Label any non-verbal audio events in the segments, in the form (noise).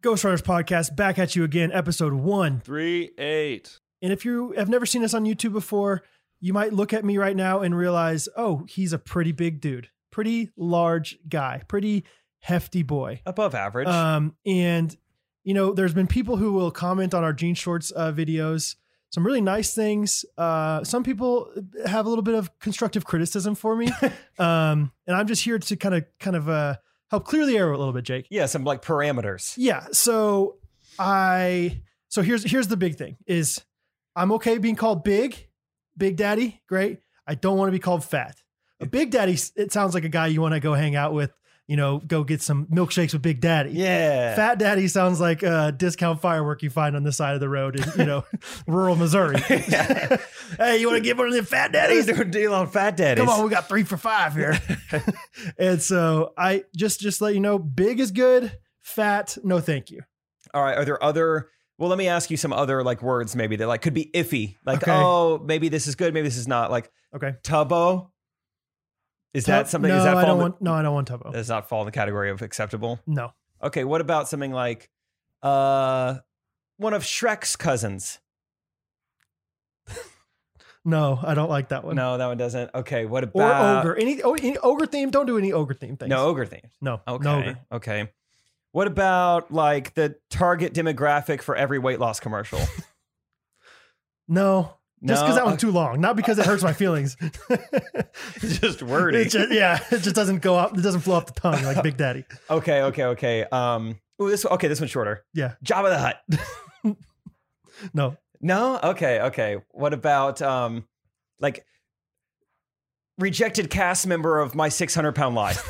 Ghost Runners Podcast, back at you again, episode one. Three eight. And if you have never seen us on YouTube before, you might look at me right now and realize, oh, he's a pretty big dude, pretty large guy, pretty hefty boy. Above average. Um, and you know, there's been people who will comment on our jean shorts uh, videos. Some really nice things. Uh, some people have a little bit of constructive criticism for me, um, and I'm just here to kind of, kind of uh, help clear the air a little bit, Jake. yeah, some like parameters. Yeah. So I so here's here's the big thing is I'm okay being called big, big daddy, great. I don't want to be called fat. A big daddy it sounds like a guy you want to go hang out with, you know, go get some milkshakes with big daddy. Yeah. Fat daddy sounds like a discount firework you find on the side of the road in, you know, (laughs) rural (laughs) Missouri. (laughs) hey, you want to give one of them fat daddies? Daddy's doing a deal on fat daddies. Come on, we got three for five (laughs) here. and so I just just let you know, big is good, fat, no thank you. All right. Are there other? Well, let me ask you some other like words maybe that like could be iffy. Like, Okay. oh, maybe this is good, maybe this is not. Like Okay. tubbo. Is that Tub- something? No, is that I fall don't in the- want. No, I don't want Tubbo. does not fall in the category of acceptable. no. Okay, what about something like uh one of Shrek's cousins? No, I don't like that one. No, that one doesn't. Okay, what Or about ogre. Any, oh, any ogre theme? Don't do any ogre theme things. No ogre thing. No. Okay. No ogre. Okay. What about like the target demographic for every weight (laughs) loss commercial? No. Just because No? that one's too long, not because it hurts (laughs) my feelings. (laughs) It's it just wordy. just, yeah, it just doesn't go up. It doesn't flow off the tongue like Big Daddy. okay, okay, okay. Um ooh, this okay, this one's shorter. Yeah. Jabba the Hutt. No. No? Okay, okay. What about um like rejected cast member of my 600 pound life?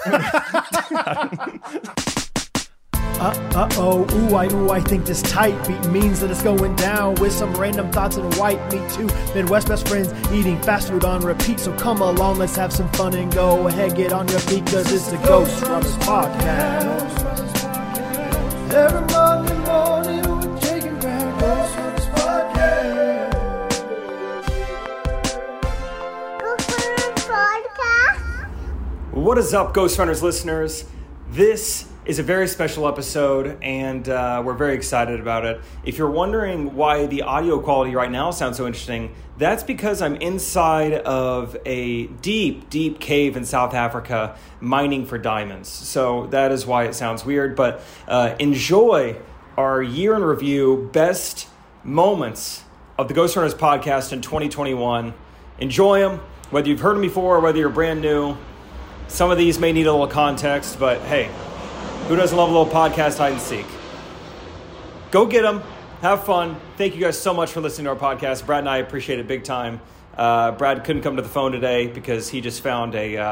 Uh oh, ooh, I ooh, I think this tight beat means that it's going down with some random thoughts and white meat too. Midwest best friends eating fast food on repeat. So come along, let's have some fun and go ahead, get on your feet, cause it's the Ghost Runners Podcast. Every Monday morning with Jake and Brad, Ghost Runners Podcast. podcast. What is up, Ghost Runners listeners? This is a very special episode, and uh, we're very excited about it. If you're wondering why the audio quality right now sounds so interesting, that's because I'm inside of a deep, deep cave in South Africa mining for diamonds. So that is why it sounds weird, but uh, enjoy our year in review best moments of the Ghost Runners podcast in 2021. Enjoy them, whether you've heard them before or whether you're brand new. Some of these may need a little context, but hey, who doesn't love a little podcast hide and seek? Go get them. Have fun. Thank you guys so much for listening to our podcast. Brad and I appreciate it big time. Uh, Brad couldn't come to the phone today because he just found a, uh,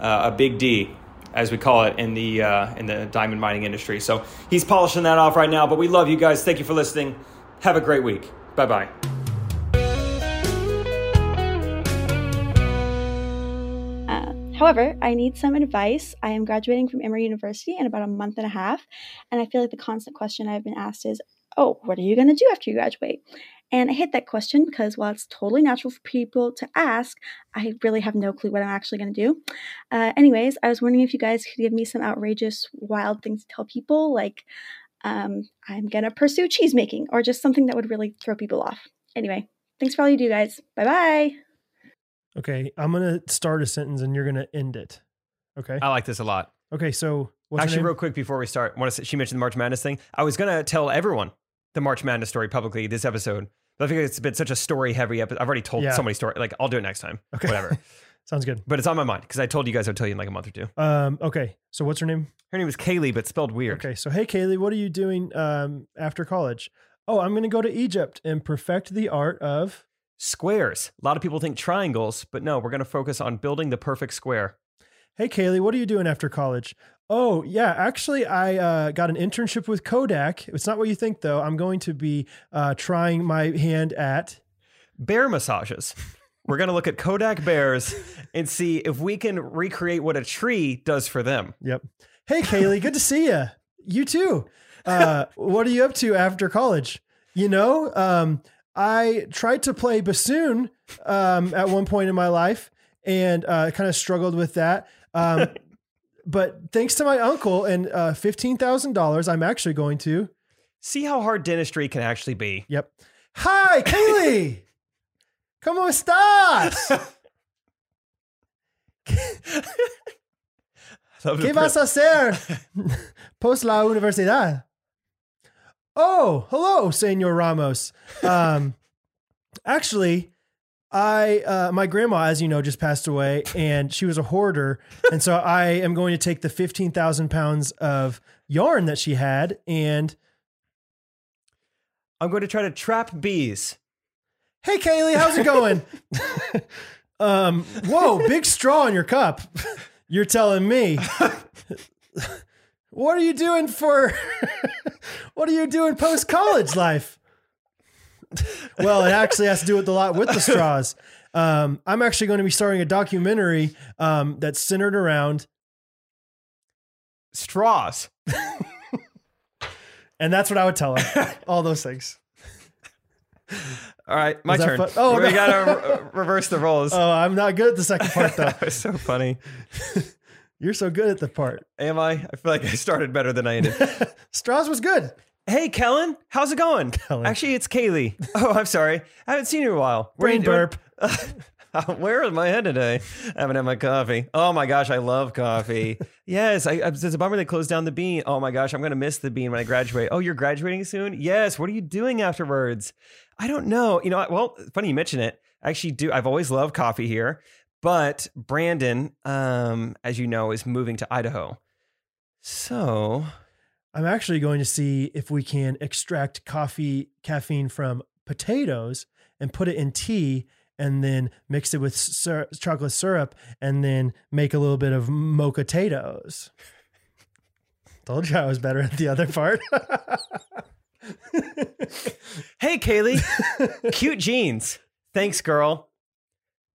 uh, a big D, as we call it in the, uh, in the diamond mining industry. So he's polishing that off right now, but we love you guys. Thank you for listening. Have a great week. Bye bye. Uh, however, I need some advice. I am graduating from Emory University in about a month and a half, and I feel like the constant question I've been asked is, Oh, what are you going to do after you graduate? And I hate that question because while it's totally natural for people to ask, I really have no clue what I'm actually going to do. Uh, anyways, I was wondering if you guys could give me some outrageous, wild things to tell people, like um, I'm going to pursue cheesemaking or just something that would really throw people off. Anyway, thanks for all you do, guys. Bye bye. Okay, I'm gonna start a sentence and you're gonna end it. Okay. I like this a lot. Okay, so Uh, Actually, real quick before we start, I want to say, she mentioned the March Madness thing. I was gonna tell everyone the March Madness story publicly this episode, but I think it's been such a story heavy episode. I've already told Yeah. so many stories. Like I'll do it next time. Okay. Whatever. (laughs) Sounds good. but it's on my mind because I told you guys I'd tell you in like a month or two. Um, okay, so what's her name? Her name was Kaylee, but spelled weird. Okay, so hey, Kaylee, what are you doing um, after college? Oh, I'm going to go to Egypt and perfect the art of. Squares. A lot of people think triangles, but no, we're gonna focus on building the perfect square. Hey, Kaylee, what are you doing after college? Oh, yeah, actually, I uh, got an internship with Kodak. It's not what you think, though. I'm going to be uh, trying my hand at. Bear massages. We're gonna look at Kodak bears and see if we can recreate what a tree does for them. Yep. Hey, Kaylee, good to see you. You too. Uh, what are you up to after college? You know, um, I tried to play bassoon um, at one point in my life and uh, kind of struggled with that. Um, but thanks to my uncle and uh, fifteen thousand dollars, I'm actually going to. See how hard dentistry can actually be. Yep. Hi, Kaylee. Come on, stars. Love ¿Qué vas a hacer (laughs) post la universidad? Oh, hello, Senor Ramos. Um, actually, I uh, my grandma, as you know, just passed away, and she was a hoarder, and so I am going to take the fifteen thousand pounds of yarn that she had, and I'm going to try to trap bees. hey, Kaylee, how's it (laughs) going? um, whoa, big straw in your (laughs) cup. You're telling me. what are you doing for? (laughs) what are you doing post college life? well, it actually has to do with a lot with the straws. Um, I'm actually going to be starting a documentary um, that's centered around, Straws. and that's what I would tell her. (laughs) All those things. All right, my Was that turn. fu- oh, we no. (laughs) gotta re- reverse the roles. Oh, I'm not good at the second part though. (laughs) that was so funny. You're so good at the part. Am I? I feel like I started better than I ended. Straws was good. hey, Kellen, how's it going? Kellen. Actually, it's Kaylee. (laughs) Oh, I'm sorry. I haven't seen you in a while. What are Brain you doing? (laughs) Uh, burp. Where is my head today? I haven't had my coffee. Oh my gosh, I (laughs) love coffee. yes, I, I, it's a bummer they closed down the bean. Oh my gosh, I'm going to miss the bean when I graduate. Oh, you're graduating soon? Yes. What are you doing afterwards? I don't know. You know, I- well, funny you mention it. I actually do. I've always loved coffee here, but Brandon, um, as you know, is moving to Idaho. So I'm actually going to see if we can extract coffee caffeine from potatoes and put it in tea and then mix it with syrup, chocolate syrup and then make a little bit of mocha potatoes. Told you I was better at the other part. (laughs) Hey, Kaylee, cute jeans. Thanks, girl.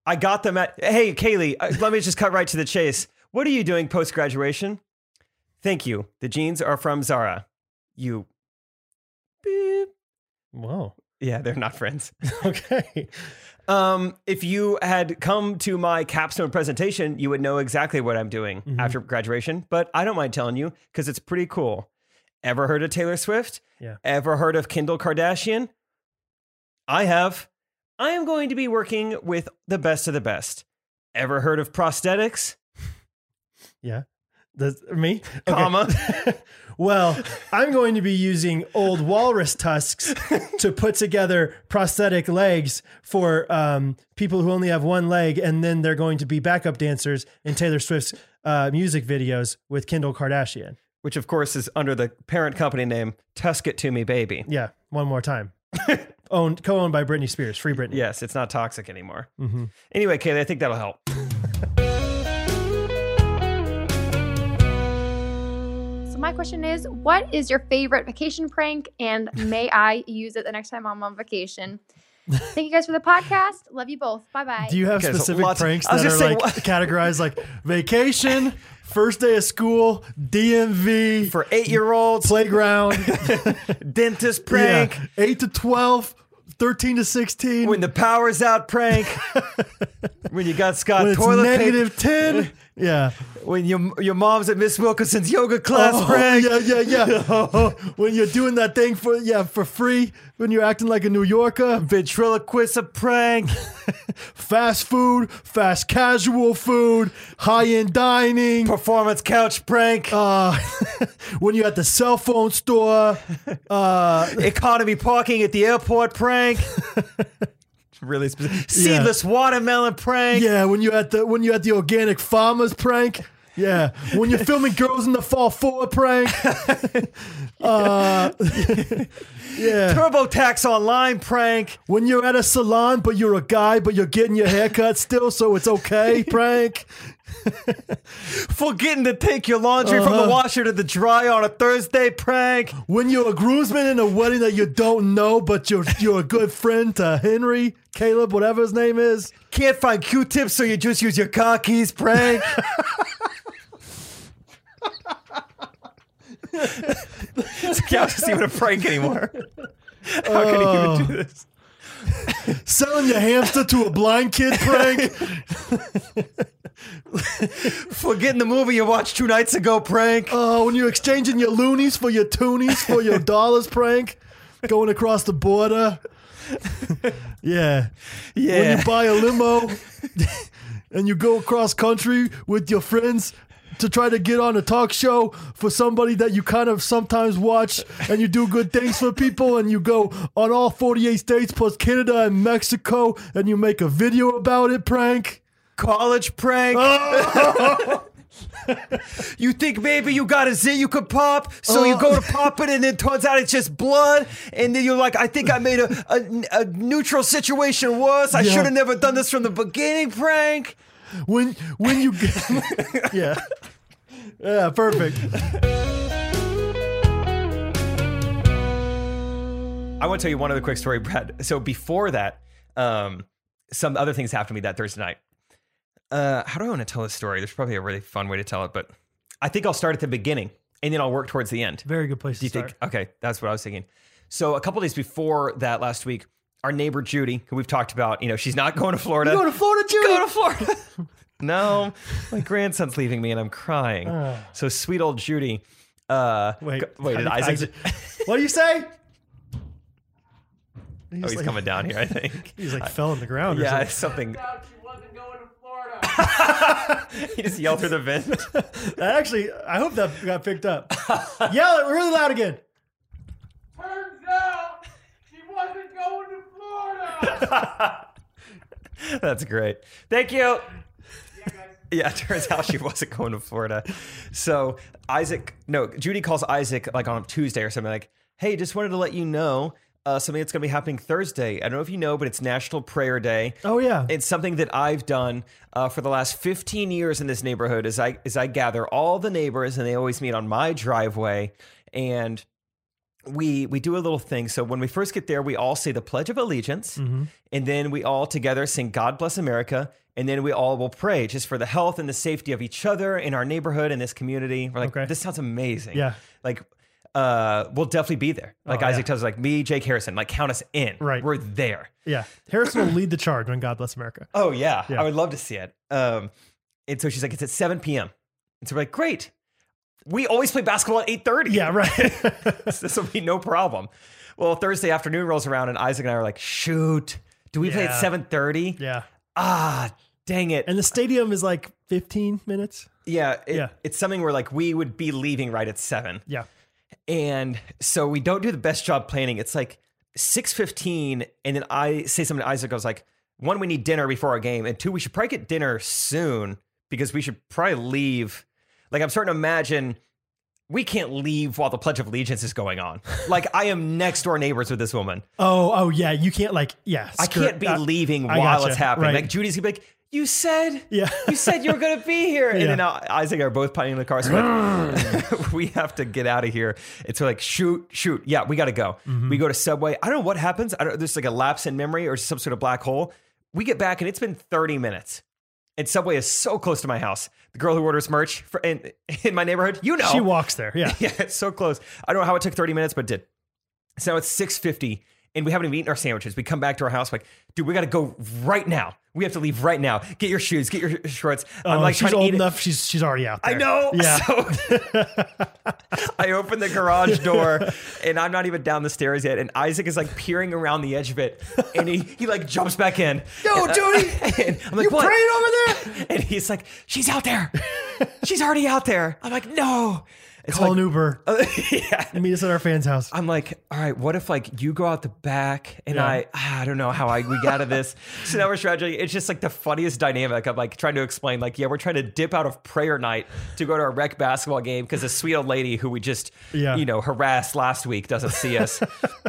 I got them at. Hey, Kaylee, uh, let me just cut right to the chase. What are you doing post graduation? Thank you. The jeans are from Zara. You. Beep. Whoa. Yeah, they're not friends. Okay. Um, if you had come to my capstone presentation, you would know exactly what I'm doing Mhm. after graduation, but I don't mind telling you because it's pretty cool. Ever heard of Taylor Swift? Yeah. Ever heard of Kendall Kardashian? I have. I am going to be working with the best of the best. Ever heard of prosthetics? That's me. Okay. Comma. (laughs) well, I'm going to be using old walrus tusks to put together prosthetic legs for um, people who only have one leg, and then they're going to be backup dancers in Taylor Swift's uh, music videos with Kendall Kardashian. Which, of course, is under the parent company name Tusk It To Me Baby. Yeah, one more (laughs) time. Owned, co-owned by Britney Spears, free Britney. Yes, it's not toxic anymore. Mhm. Anyway, Kaylee, I think that'll help. So my question is, what is your favorite vacation prank, and may I use it the next time I'm (laughs) on vacation? Thank you guys for the podcast. Love you both. Bye bye. Do you have Okay, so specific lots- pranks I was that are gonna say, like (laughs) what- categorized like vacation, first day of school, DMV, For eight (laughs) year olds, playground? dentist prank. Yeah, 8 to 12, 13 to 16. when the power's (laughs) out prank, when you got Scott when it's toilet negative 10. Yeah. paper, when your your mom's at Miss Wilkinson's yoga class Oh, prank. Yeah, yeah, (laughs) yeah. (laughs) when you're doing that thing for yeah, for free, when you're acting like a New Yorker, Ventriloquist a prank. (laughs) fast food, fast casual food, high-end dining, Performance couch (laughs) prank. uh, when you're at the cell phone store, uh, economy parking at the (laughs) airport prank. really specific. Yeah. Seedless watermelon prank. yeah, when you're at the when you're at the organic farmers prank. Yeah, when you're filming girls in the fall four prank. uh, yeah. TurboTax online prank. when you're at a salon, but you're a guy, but you're getting your haircut still, so it's okay, prank. Forgetting to take your laundry from the Uh-huh. washer to the dryer on a Thursday prank. When you're a groomsman in a wedding that you don't know, but you're you're a good friend to Henry, Caleb, whatever his name is. Can't find Q-tips, so you just use your car keys prank. (laughs) Scout doesn't even a prank anymore. How can he even do this? Oh. Selling your hamster to a blind kid prank. Forgetting the movie you watched two nights ago, prank. Oh, when you're exchanging your loonies for your toonies for your dollars prank, going across the border. yeah. When yeah. you buy a limo and you go across country with your friends to try to get on a talk show for somebody that you kind of sometimes watch and you do good things for people and you go on all 48 states plus Canada and Mexico and you make a video about it prank. College prank. Oh. (laughs) you think maybe you got a zit you could pop, so you go to Oh. pop it, and it turns out it's just blood, and then you're like, I think I made a, a, a neutral situation worse. I Yeah. should have never done this from the beginning, prank. When when you (laughs) Yeah. Yeah, perfect. I want to tell you one other quick story, Brad. So before that, um, some other things happened to me that Thursday night. Uh, how do I want to tell this story? There's probably a really fun way to tell it, but I think I'll start at the beginning and then I'll work towards the end. Very good place Do to you start. think? Okay, that's what I was thinking. So a couple days before that last week, our neighbor Judy, who we've talked about, you know, she's not (laughs) going to Florida. Go to Florida, Judy. (laughs) Go to Florida. no, my grandson's leaving me and I'm crying. so sweet old Judy. Uh, Ah. Wait, go- wait, I did think Isaac? (laughs) I What do you say? oh, he's like- coming down here, (laughs) I think. He's like fell on the ground. Yeah, Or (laughs) it's something. out she wasn't going to Florida. (laughs) (laughs) He just yelled through the vent. something. That actually, I hope that got picked up. (laughs) Yell it really loud again. Turns out she wasn't going to Florida. That's great. Thank you. Yeah, it turns out she wasn't going to Florida. So Isaac, no, Judy calls Isaac like on Tuesday or something like, hey, just wanted to let you know uh, something that's going to be happening Thursday. I don't know if you know, but it's National Prayer Day. Oh yeah. It's something that I've done uh, for the last 15 years in this neighborhood. Is I is I gather all the neighbors and they always meet on my driveway, and we we do a little thing. So when we first get there, we all say the Pledge of Allegiance, Mm-hmm. and then we all together sing "God Bless America," and then we all will pray just for the health and the safety of each other in our neighborhood and this community. We're like, Okay. this sounds amazing. Yeah. like. Uh, we'll definitely be there. Like Oh, Isaac yeah. tells us, like me, Jake Harrison, like count us in. Right. we're there. yeah. Harrison will lead the charge when God bless America. Oh yeah. Yeah. I would love to see it. Um, and so she's like, it's at 7 p.m. And so we're like, great. We always play basketball at 8:30. Yeah, right. (laughs) (laughs) this will be no problem. Well, Thursday afternoon rolls around and Isaac and I are like, shoot, do we play at Yeah. 7:30? yeah. Ah, dang it. And the stadium is like 15 minutes. yeah, it- Yeah. it's something where like we would be leaving right at seven. Yeah. And so we don't do the best job planning. It's like 6.15 and then I say something to Isaac. I was like, one, we need dinner before our game. And two, we should probably get dinner soon because we should probably leave. Like I'm starting to imagine we can't leave while the Pledge of Allegiance is (laughs) going on. like I am next door neighbors with this woman. Oh, oh yeah. You can't like yeah. I skirt- can't be uh, leaving I while gotcha, it's happening. right. Like Judy's gonna be like, you said Yeah. you said you were going to be here. And Yeah. then I- Isaac and I are both pining in the car. So we're like, (laughs) we have to get out of here. It's like, shoot, shoot. Yeah, we got to go. We go to Subway. I don't know what happens. I don't, there's like a lapse in memory or some sort of black hole. We get back and it's been 30 minutes. And Subway is so close to my house. The girl who orders merch for, in, (laughs) in my neighborhood, you know. She walks there. Yeah. (laughs) yeah, it's so close. I don't know how it took 30 minutes, but it did. So now it's 650 and we haven't even eaten our sandwiches. We come back to our house like, dude, we got to go right now. We have to leave right now. Get your shoes, get your shorts. I'm Oh, like she's trying to old eat enough. She's she's already out It. there. (laughs) (laughs) I know. Yeah. (laughs) So I open the (laughs) garage door and I'm not even down the stairs yet. And Isaac is like peering around the edge of it and he, he like jumps back in. Yo, And I- Judy, (laughs) and I'm like, you what? praying over there? (laughs) And he's like, she's out there. She's already out there. I'm (laughs) like, no. It's Call like, an Uber. (laughs) yeah. Meet us at our fan's house. I'm like, all right, what if like you go out the back and Yeah. I ah, I don't know how I we get out of this. (laughs) so now we're strategizing. It's just like the funniest dynamic of like trying to explain, like, yeah, we're trying to dip out of prayer night to go to our rec basketball game because a sweet old lady who we just Yeah. you know harassed last week doesn't see us. (laughs)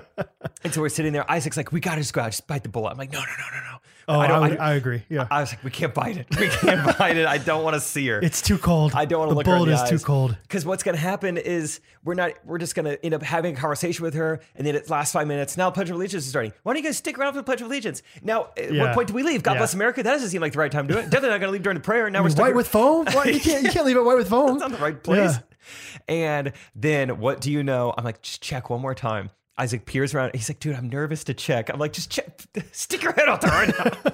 and so we're sitting there. Isaac's like, we gotta just go out, just bite the bullet. I'm like, no, no, no, no, no. Oh, I, don't- would- don't- I agree. Yeah. I was like, we can't bite it. We can't (laughs) bite it. I don't want to see her. it's too cold. I don't want to the look bullet her in the is too cold. Because what's going to happen is we're not. We're just going to end up having a conversation with her, and then it lasts five minutes. Now Pledge of Allegiance is starting. Why don't you guys stick around for the Pledge of Allegiance? Now, at Yeah. what point do we leave? God Yeah. bless America. That doesn't seem like the right time to do it. Definitely not going to leave during the (laughs) prayer. Now we're stuck White here. with foam? Why- You can't you can't leave it (laughs) white with foam. It's not the right place. And then what do you know? I'm like, just check one more time. Isaac peers around. He's like, dude, I'm (laughs) nervous (laughs) to check. I'm like, just check. Stick your head out there right now.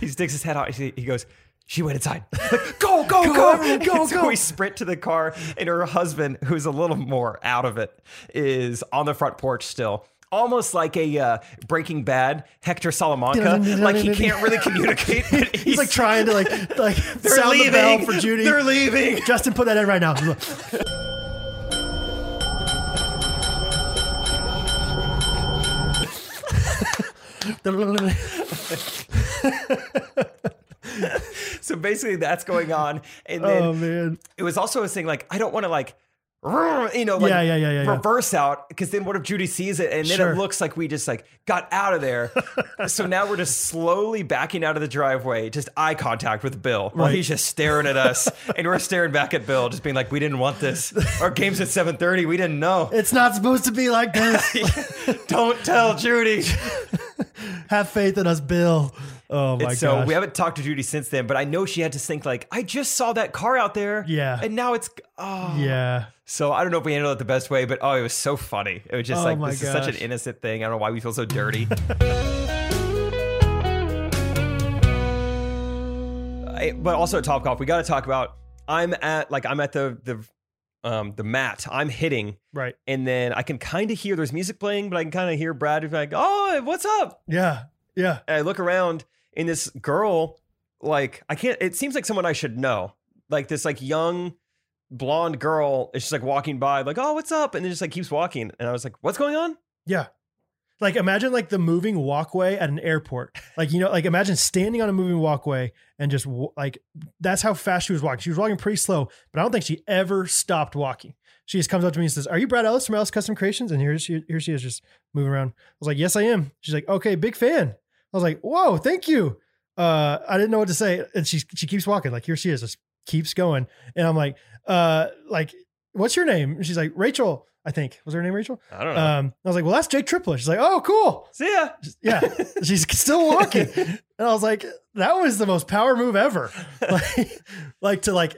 he sticks his head out. He he goes, She went inside. (laughs) Like, go, go, go, Go, go, (laughs) go, go. go. we sprint to the car, and her husband, who's a little more out of it, is on the front porch still. Almost like a uh, Breaking Bad Hector Salamanca, like he can't really communicate. but (laughs) He's like trying (laughs) to like like They're sound leaving. the bell for Judy. They're leaving. Justin, put that in right now. (laughs) So basically, that's going on, and then oh man. it was also a thing like I don't want to like you know like Yeah, yeah, yeah, yeah, yeah. reverse out because then what if Judy sees it and then Sure. it looks like we just like got out of there. (laughs) so now we're just slowly backing out of the driveway, just eye contact with Bill while Right. he's just staring (laughs) at us and we're staring back at Bill, just being like, we didn't want this. Our game's at seven thirty. We (laughs) didn't know. It's not supposed to be (laughs) like this. don't tell Judy. Have faith in us, Bill. Oh my god. And so we haven't talked to Judy since then, but I know she had to think like, I just saw that car out there. Yeah. And now it's oh yeah. So I don't know if we handled it the best way, but oh, it was so funny. It was just Oh like my this is such an gosh. innocent thing. I don't know why we feel (laughs) so dirty. I- but also at Topgolf, we got to talk about. I'm at like I'm at the the um the mat. I'm hitting, Right. and then I can kind of hear there's music playing, but I can kind of hear Brad like, "Oh, what's up?" Yeah. Yeah. and I look around and this girl, like I can't. It seems like someone I should know. Like this, like young blonde girl is just like walking by, like oh what's up, and then just like keeps walking. And I was like, what's going on? Yeah. Like imagine like the moving walkway at an airport. Like you know, like imagine standing on a moving walkway and just w- like that's how fast she was walking. She was walking pretty slow, but I don't think she ever stopped walking. She just comes up to me and says, "Are you Brad Ellis from Ellis Custom Creations?" And here she here she is just moving around. I was like, "Yes, I am." She's like, "Okay, big fan." I was like, "Whoa, thank you." Uh, I didn't know what to say, and she she keeps walking. Like here she is, just keeps going, and I'm like, "Uh, like what's your name?" And she's like, "Rachel." I think was her name Rachel. I don't know. (laughs) Um, I was like, well, that's Jake Triplett. She's like, oh, cool. See (laughs) ya. (laughs) Yeah. She's still walking. And I was like, that was the most power move (laughs) ever. Like, like to like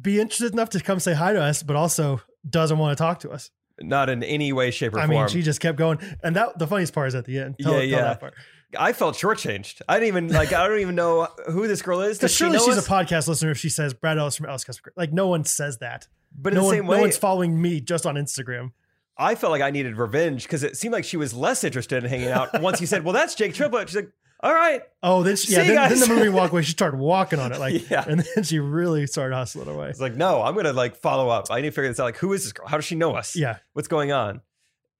be interested enough to come say hi to us, but also doesn't want to talk to us. Not in any way, shape, or I form. mean, she just kept going. And that the funniest part is at the end. Tell, Yeah, tell yeah. that part. I felt shortchanged. I didn't even like. I don't even know who this girl is. Because Does she surely know she's us? a podcast listener if she says Brad Ellis from Ellis Customer. Like no one says that. but in no the one, same no way, one's following me just on Instagram. I felt like I needed revenge because it seemed like she was less interested in hanging out. Once you said, "Well, that's Jake Triplett," she's like, "All right, Oh, then she, yeah, See you then, then the guys. moving walkway, she started walking (laughs) on it. Like Yeah. and then she really started hustling (laughs) away. It's like, no, I'm gonna like follow up. I need to figure this out. Like, who is this girl? How does she know us? Yeah. What's going on?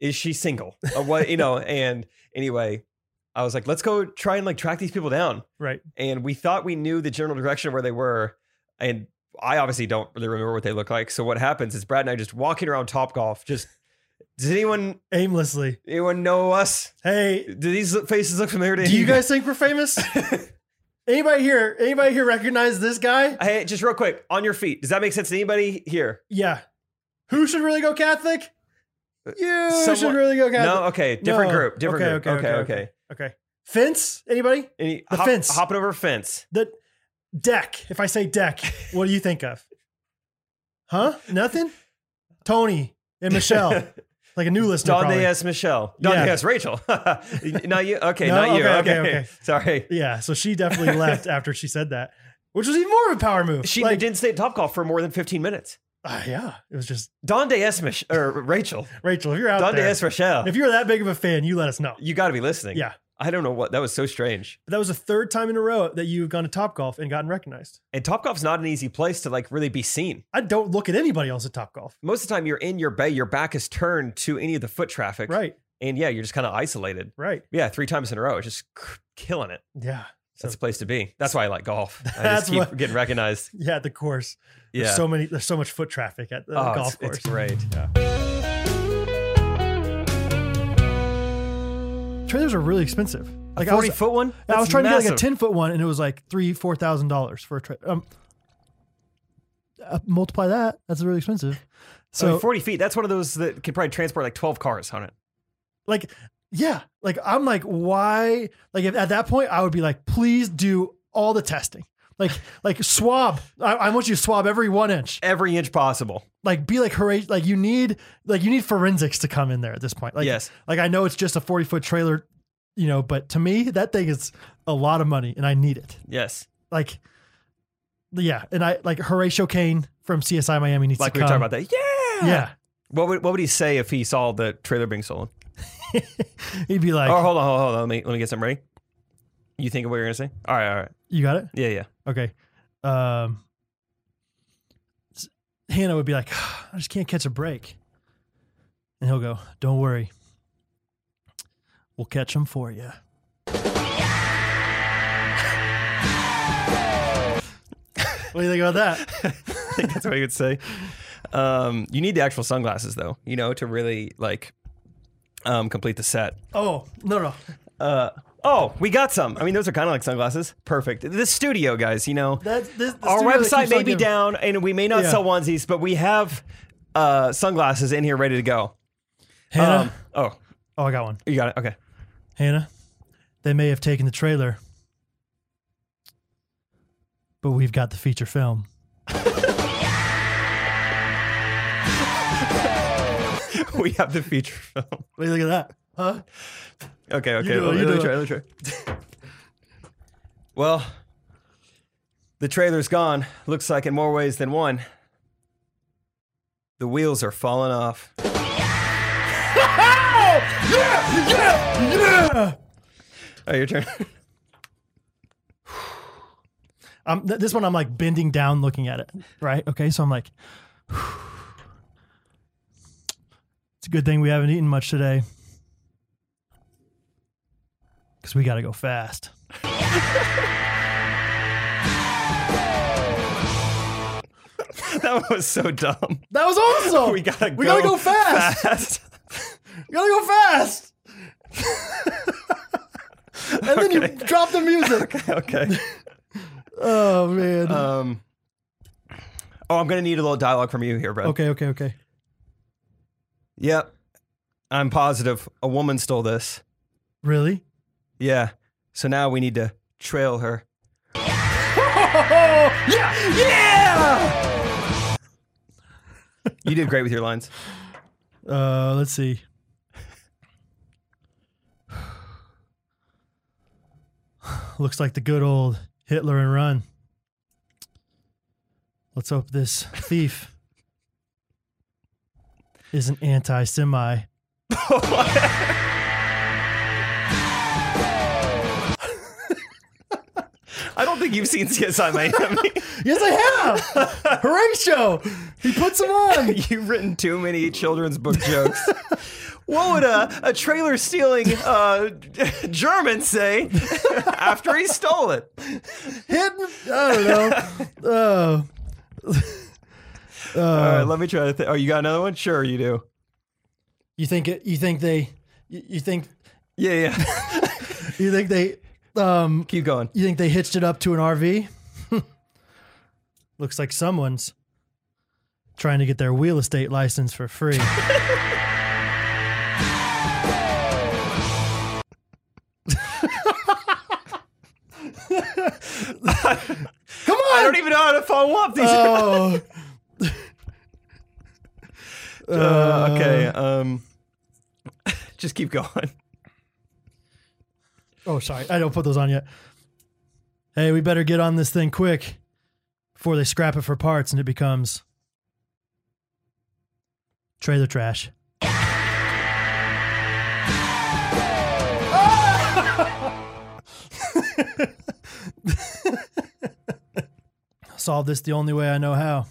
Is she single? Uh, what (laughs) you know? And anyway, I was like, let's go try and like track these people down. Right. And we thought we knew the general direction of where they were, and I obviously don't really remember what they look like. So what happens is Brad and I just walking around Top Golf. Just does anyone aimlessly. anyone know us? Hey, Do these faces look familiar to do you guys think we're famous? (laughs) anybody here? Anybody here recognize this guy? Hey, just real quick, on your feet. Does that make sense to anybody here? Yeah. Who should really go Catholic? You should Uh, Someone- really go Catholic. No, okay, different No. group, different Okay, group. okay, okay, okay. okay. Okay. Fence? Anybody? Any, The hop- fence. Hopping over a fence. The deck. If I say deck, what do you think (laughs) of? Huh? Nothing? Tony and Michelle. (laughs) like a new listener. Don probably. Diaz Michelle. Don Yeah. Diaz Rachel. (laughs) not you. Okay, No, not okay, you. Okay, okay, okay. Sorry. Yeah, so she (laughs) definitely left after she said that, which was even more of a power move. She like, didn't stay at Top Golf for more than 15 minutes. Ah, yeah, it was just Don Diaz Mich- or Rachel. Rachel. If you're out Don there, Diaz (laughs) Michelle. if you're that big of a fan, you let us know. You got to be listening. Yeah. I don't know what that was so strange. But that was the third time in a row that you've gone to Top Golf and gotten recognized. And Top Golf's not an easy place to like really be seen. I don't look at anybody else at Top Golf. Most of the time you're in your bay, your back is turned to any of the foot traffic. Right, And yeah, you're just kind of isolated. right. Yeah, three times in a row, just k- killing it. Yeah, That's the place to be. That's why I (laughs) like golf. I That's just keep what- getting recognized. yeah. The course. Yeah. There's so many. There's so much foot traffic at the Oh, golf it's, course. it's great. Trailers are really expensive. Like I was, Forty foot one. I was That's trying to get like a massive. ten foot one, and it was like three, four thousand dollars for a trailer. Um, uh, multiply that. That's really expensive. I mean, So forty feet. That's one of those that could probably transport like twelve cars on it. like yeah like i'm like why like if, at that point i would be like please do all the testing like like swab I, I want you to swab every one inch Every inch possible. like be like hooray like you need like you need forensics to come in there at this point like Yes. like i know it's just a 40 foot trailer you know but to me that thing is a lot of money and i need it Yes. like Yeah, and I like Horatio Kane from CSI Miami needs Like to we were come. talking about that. Yeah. Yeah, What would what would he say if he saw the trailer being stolen? he'd be like, oh, hold on, hold on, hold on. Let me let me get something ready. You think of what you're gonna say? All right, all right. "You got it." Yeah, (laughs) yeah. Okay. Um, s- Hannah would be like, (sighs) I just can't catch a break. And he'll go, Don't worry. We'll catch him for you. (laughs) what do you think about that? I think that's what he would say. Um, you need the actual sunglasses though, you know, to really like um, complete the set. Oh, no, no. Uh, oh, we got some. I mean, those are kind of like sunglasses. Perfect. This studio, guys, you know, That's this, the our studio that website keeps may on be giving- down, and we may not Yeah. sell onesies, but we have uh, sunglasses in here ready to go. Hannah. oh, oh, I got one. you got it. Okay. (laughs) Hannah, they may have taken the trailer, but we've got the feature film. we have the feature film. (laughs) What do you think of that? Huh? Okay, okay. do it, let, you let me do try. Let me try. well, the trailer's gone. Looks like in more ways than one. The wheels are (laughs) falling off. Oh, your turn. (laughs) I'm, th- this one I'm like bending down looking at it, right? Okay, so I'm like, (sighs) it's a good thing we haven't eaten much today because we got to go fast. that was so dumb. That was awesome. (laughs) We gotta we gotta go fast. fast. We gotta go fast. (laughs) and then you drop the music. (laughs) okay. (laughs) Oh man. Um. Oh, I'm gonna need a little dialogue from you here, bro. okay, okay, okay. Yep. I'm positive a woman stole this. Really? Yeah. So now we need to (laughs) trail her. (laughs) yeah! Yeah! you did great with your lines. Uh, let's see. (sighs) Looks like the good old Hitler and run. Let's hope this thief is an anti Semite. I don't think you've seen CSI Miami. (laughs) Yes, I have! Horatio! He puts him on! (laughs) you've written too many children's book jokes. (laughs) What would a, a trailer stealing uh, (laughs) German say (laughs) after he stole it? Hitting? I don't know. uh, Oh. All right, let me try to think. Oh, you got another one? Sure, you do. You think it, you think they you, you think Yeah, yeah. you think they um (laughs) Keep going. You think they hitched it up to an RV? (laughs) Looks like someone's trying to get their real estate license for free. Come I on! don't even know how to follow up these. Oh, Uh, okay. Um, (laughs) just keep going. (laughs) oh, sorry. I don't put those on yet. Hey, we better get on this thing quick before they scrap it for parts and it becomes trailer trash. (laughs) Solve this the only way I know how.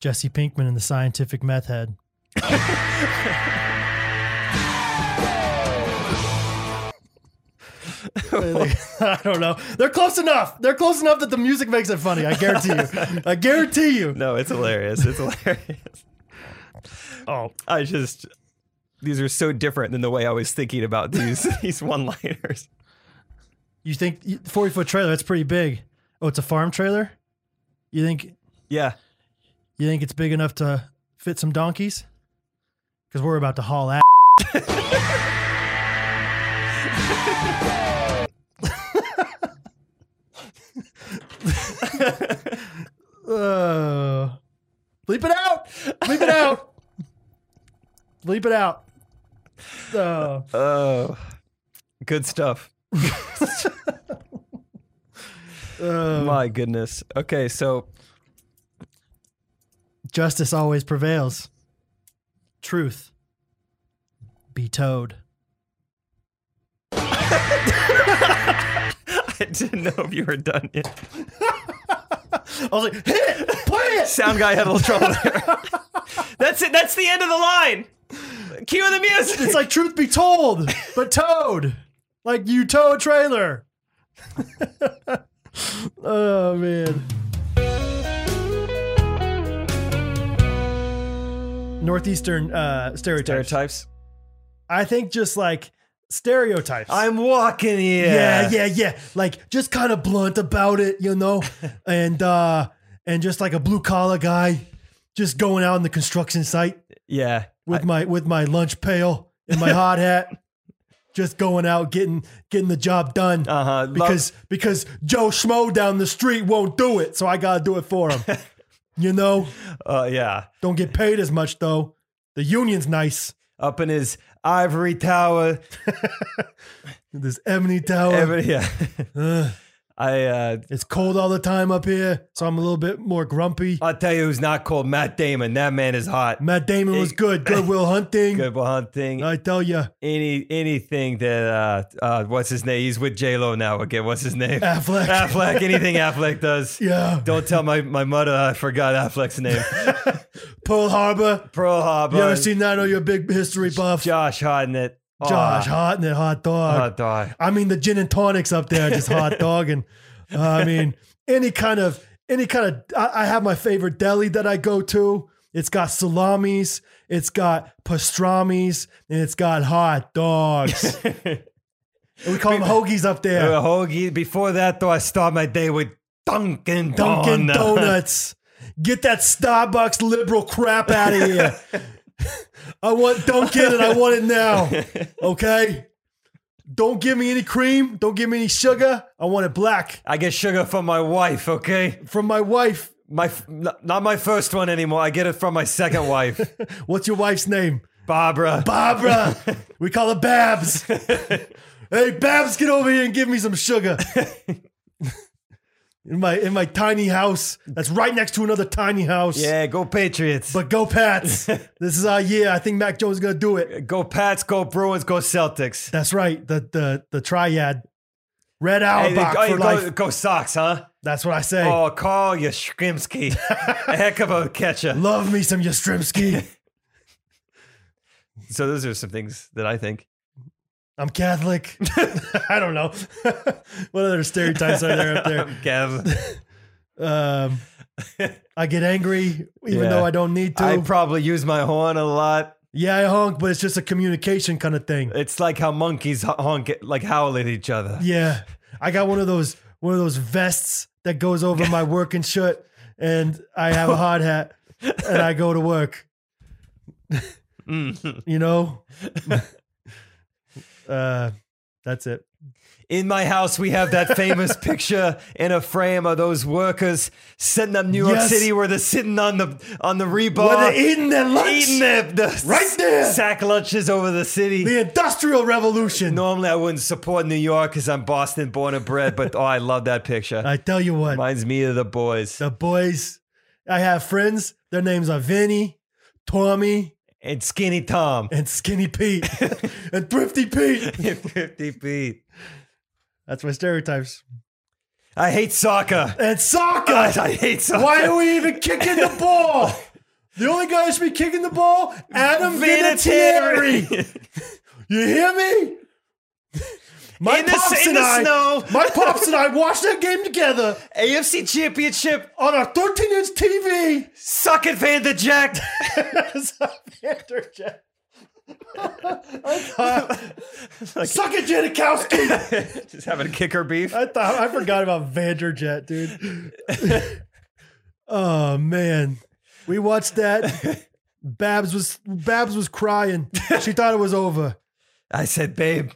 Jesse Pinkman and the scientific meth head. (laughs) I don't know. They're close enough. They're close enough that the music makes it funny. I guarantee you. I guarantee you. No, it's hilarious. It's hilarious. (laughs) Oh, I just these are so different than the way I was thinking about these (laughs) these one liners. You think 40 foot trailer, that's pretty big. Oh, it's a farm trailer? You think Yeah. you think it's big enough to fit some donkeys? Because we're about to haul ass. uh, (laughs) bleep it out. Bleep it out. bleep it out. Uh, (laughs) Oh, good stuff. My goodness. Okay, so Justice always prevails. Truth be towed. (laughs) I didn't know if you were done (laughs) yet. I was like, hit it, play it. Sound guy had a little trouble there. (laughs) That's it. That's the end of the line. Cue the music. It's like truth be told, but towed, like you tow a trailer. (laughs) oh man. Northeastern uh, stereotypes. (laughs) stereotypes. I think just like stereotypes. I'm walking here. yeah, yeah, yeah. Like just kind of blunt about it, you (laughs) know, and uh and just like a blue collar guy, just going out on the construction site yeah. with my with my lunch pail and my hot hat, (laughs) just going out getting getting the job done. Uh huh. because because Joe Schmo down the street won't do it, so I gotta do it for (laughs) him. you know, uh, yeah, don't get paid as much though. The union's nice. up in his ivory tower. This ebony tower. Every- (laughs) yeah. Ugh. I uh, It's cold all the time up here, so I'm a little bit more grumpy. I'll tell you who's not called Matt Damon. That man is hot. Matt Damon was good. Good Will Hunting. Good hunting. I tell you, Any anything that uh, uh, what's his name? He's with J Lo now again. What's (laughs) his name? Affleck. Affleck. (laughs) Anything Affleck does. Yeah. (laughs) Don't tell my, my mother I forgot Affleck's (laughs) name. Pearl Harbor. Pearl Harbor. You ever seen that? Oh, you're a big history buff. Josh Hartnett. ah, Aw, Josh, hot and hot dog. Ah. hot dog. I mean, the gin and tonics up there, just (laughs) hot dog, and uh, I mean, any kind of any kind of. I, I have my favorite deli that I go to. It's got salamis, it's got pastrami's, and it's got hot (laughs) dogs. and we call them hoagies up there. Uh, Hoagie. Before that, though, I start my day with Dunkin' Dunkin' Donuts. Donuts. Get that Starbucks liberal crap out of here. I want Dunkin' and I want it now. Okay? Don't give me any cream. Don't give me any sugar. I want it black (laughs) I get sugar from my wife. Okay, from my wife. my f- n- not my first one anymore. I get it from my second (laughs) wife, What's your wife's name? Barbara. Barbara. we call her Babs. hey, Babs, get over here and give me some sugar. in my in my tiny house that's right next to another tiny house. yeah, go Patriots. But go (laughs) Pats. this is our year. I think Mac Jones is gonna do it. go Pats. Go Bruins. Go Celtics. That's right. The the the triad. Red Hey, Auerbach go, for go, life. go Sox, huh? That's what I say. Oh, call you (laughs) Skrimsky. a heck of a catcher. Love me some (laughs) Yastrzemski. So those are some things that I think. I'm (laughs) Catholic. (laughs) I don't know. (laughs) what other stereotypes are there up there? (laughs) (laughs) Kev, Um, I get angry even Yeah. though I don't need to. I probably use my horn a lot. yeah, I honk, but it's just a communication kind of (laughs) thing. It's like how monkeys ho- honk, at- like howl at each other. Yeah, I got one of those one of those vests that goes over my working shirt, and I have a hard hat, and I go to work. Mm. you know, uh, that's it. In my house, we have (laughs) that famous picture in a frame of those workers sitting up New York Yes. City, where they're sitting on the on the rebar, Well, they're eating their lunch. eating their, the Right there. sack lunches over the city. the Industrial Revolution. Normally, I wouldn't support New York because I'm Boston born and bred, but oh, I love that picture. (laughs) I tell you what, Reminds me of the boys the boys. I have friends. Their names are Vinny, Tommy, and Skinny (laughs) Tom and Skinny Pete, and Thrifty Pete. in 50 feet. That's my stereotypes. I hate soccer. (laughs) And soccer. God, I hate soccer. Why are we even kicking the ball? The only guy who should be kicking the ball, Adam Vinatieri. (laughs) You hear (laughs) me? My In the- pops in and the I, snow. (laughs) my pops and I watched that game together AFC Championship. on our 13-inch (laughs) TV. Suck it, Van (laughs) de Jack. (laughs) As a Vanderjack. Suck it, Janikowski. Just having a kicker (laughs) beef. I thought I forgot about Vanderjet, dude. (laughs) oh man, we watched (laughs) that. Babs was Babs was crying. She thought it was over. I said, babe,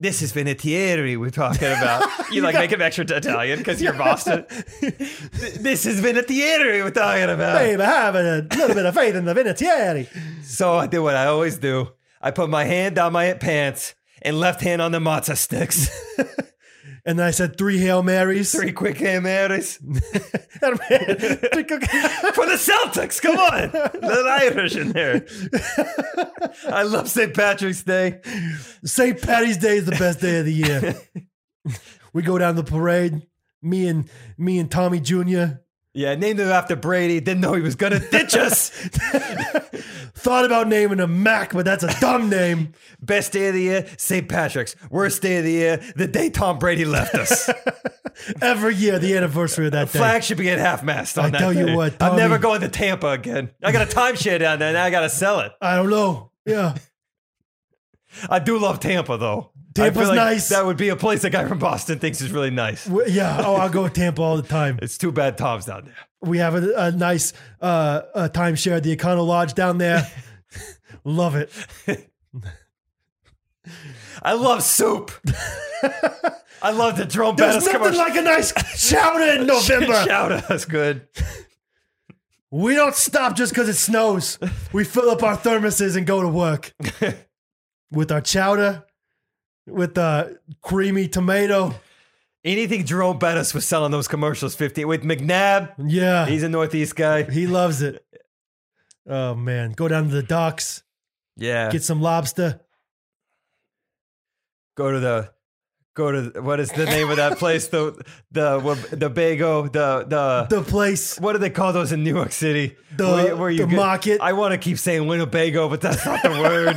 this is Vinatieri we're talking about. (laughs) You like make him extra Italian because you're Boston. Th- this is Vinatieri we're talking about. Babe, I have a little bit of faith in the Vinatieri. So I did what I always do. I put my hand down my pants and left hand on the matzah sticks. And then I said three Hail Marys. (laughs) (laughs) Three quick Hail (laughs) Marys And man, pick a- for the Celtics. Come on, little Irish in there. I love St. Patrick's Day. (laughs) St. Patty's Day is the best day of the year. (laughs) we go down the parade. Me and me and Tommy Jr. Yeah, named him after Brady. Didn't know he was gonna ditch us. (laughs) (laughs) Thought about naming him Mac, but that's a dumb name. (laughs) Best day of the year, St. Patrick's. Worst day of the year, the day Tom Brady (laughs) left us. Every year, the anniversary of that day. Flag should be at half mast on I that. tell you day. what, I'm never Tommy- going to Tampa again. I got a timeshare down there. Now I got to sell it. I don't know. Yeah. I do love Tampa though. I Tampa's feel like nice. That would be a place a guy from Boston thinks is really nice. W- Yeah. Oh, I'll go with Tampa all the time. It's too bad Tom's down there. We have a, a nice uh, uh timeshare at the Econo Lodge down (laughs) there. Love it. I love soup. I love the drone There's battles nothing commercial. like a nice shower (laughs) in November. Shout out, that's good. we don't stop just because it (laughs) snows. We fill up our thermoses and go to work with our chowder, with uh, creamy tomato. Anything Jerome Bettis was selling those commercials 50 with McNabb. Yeah. He's a Northeast guy. he loves it. Oh, man. Go down to the docks, Yeah. get some lobster. go to the go to the- what is the name of that place? The the wab- the bago the the. The place, what do they call those in New York City? The- the go- market. I want to keep saying Winnebago, but that's not the (laughs) word.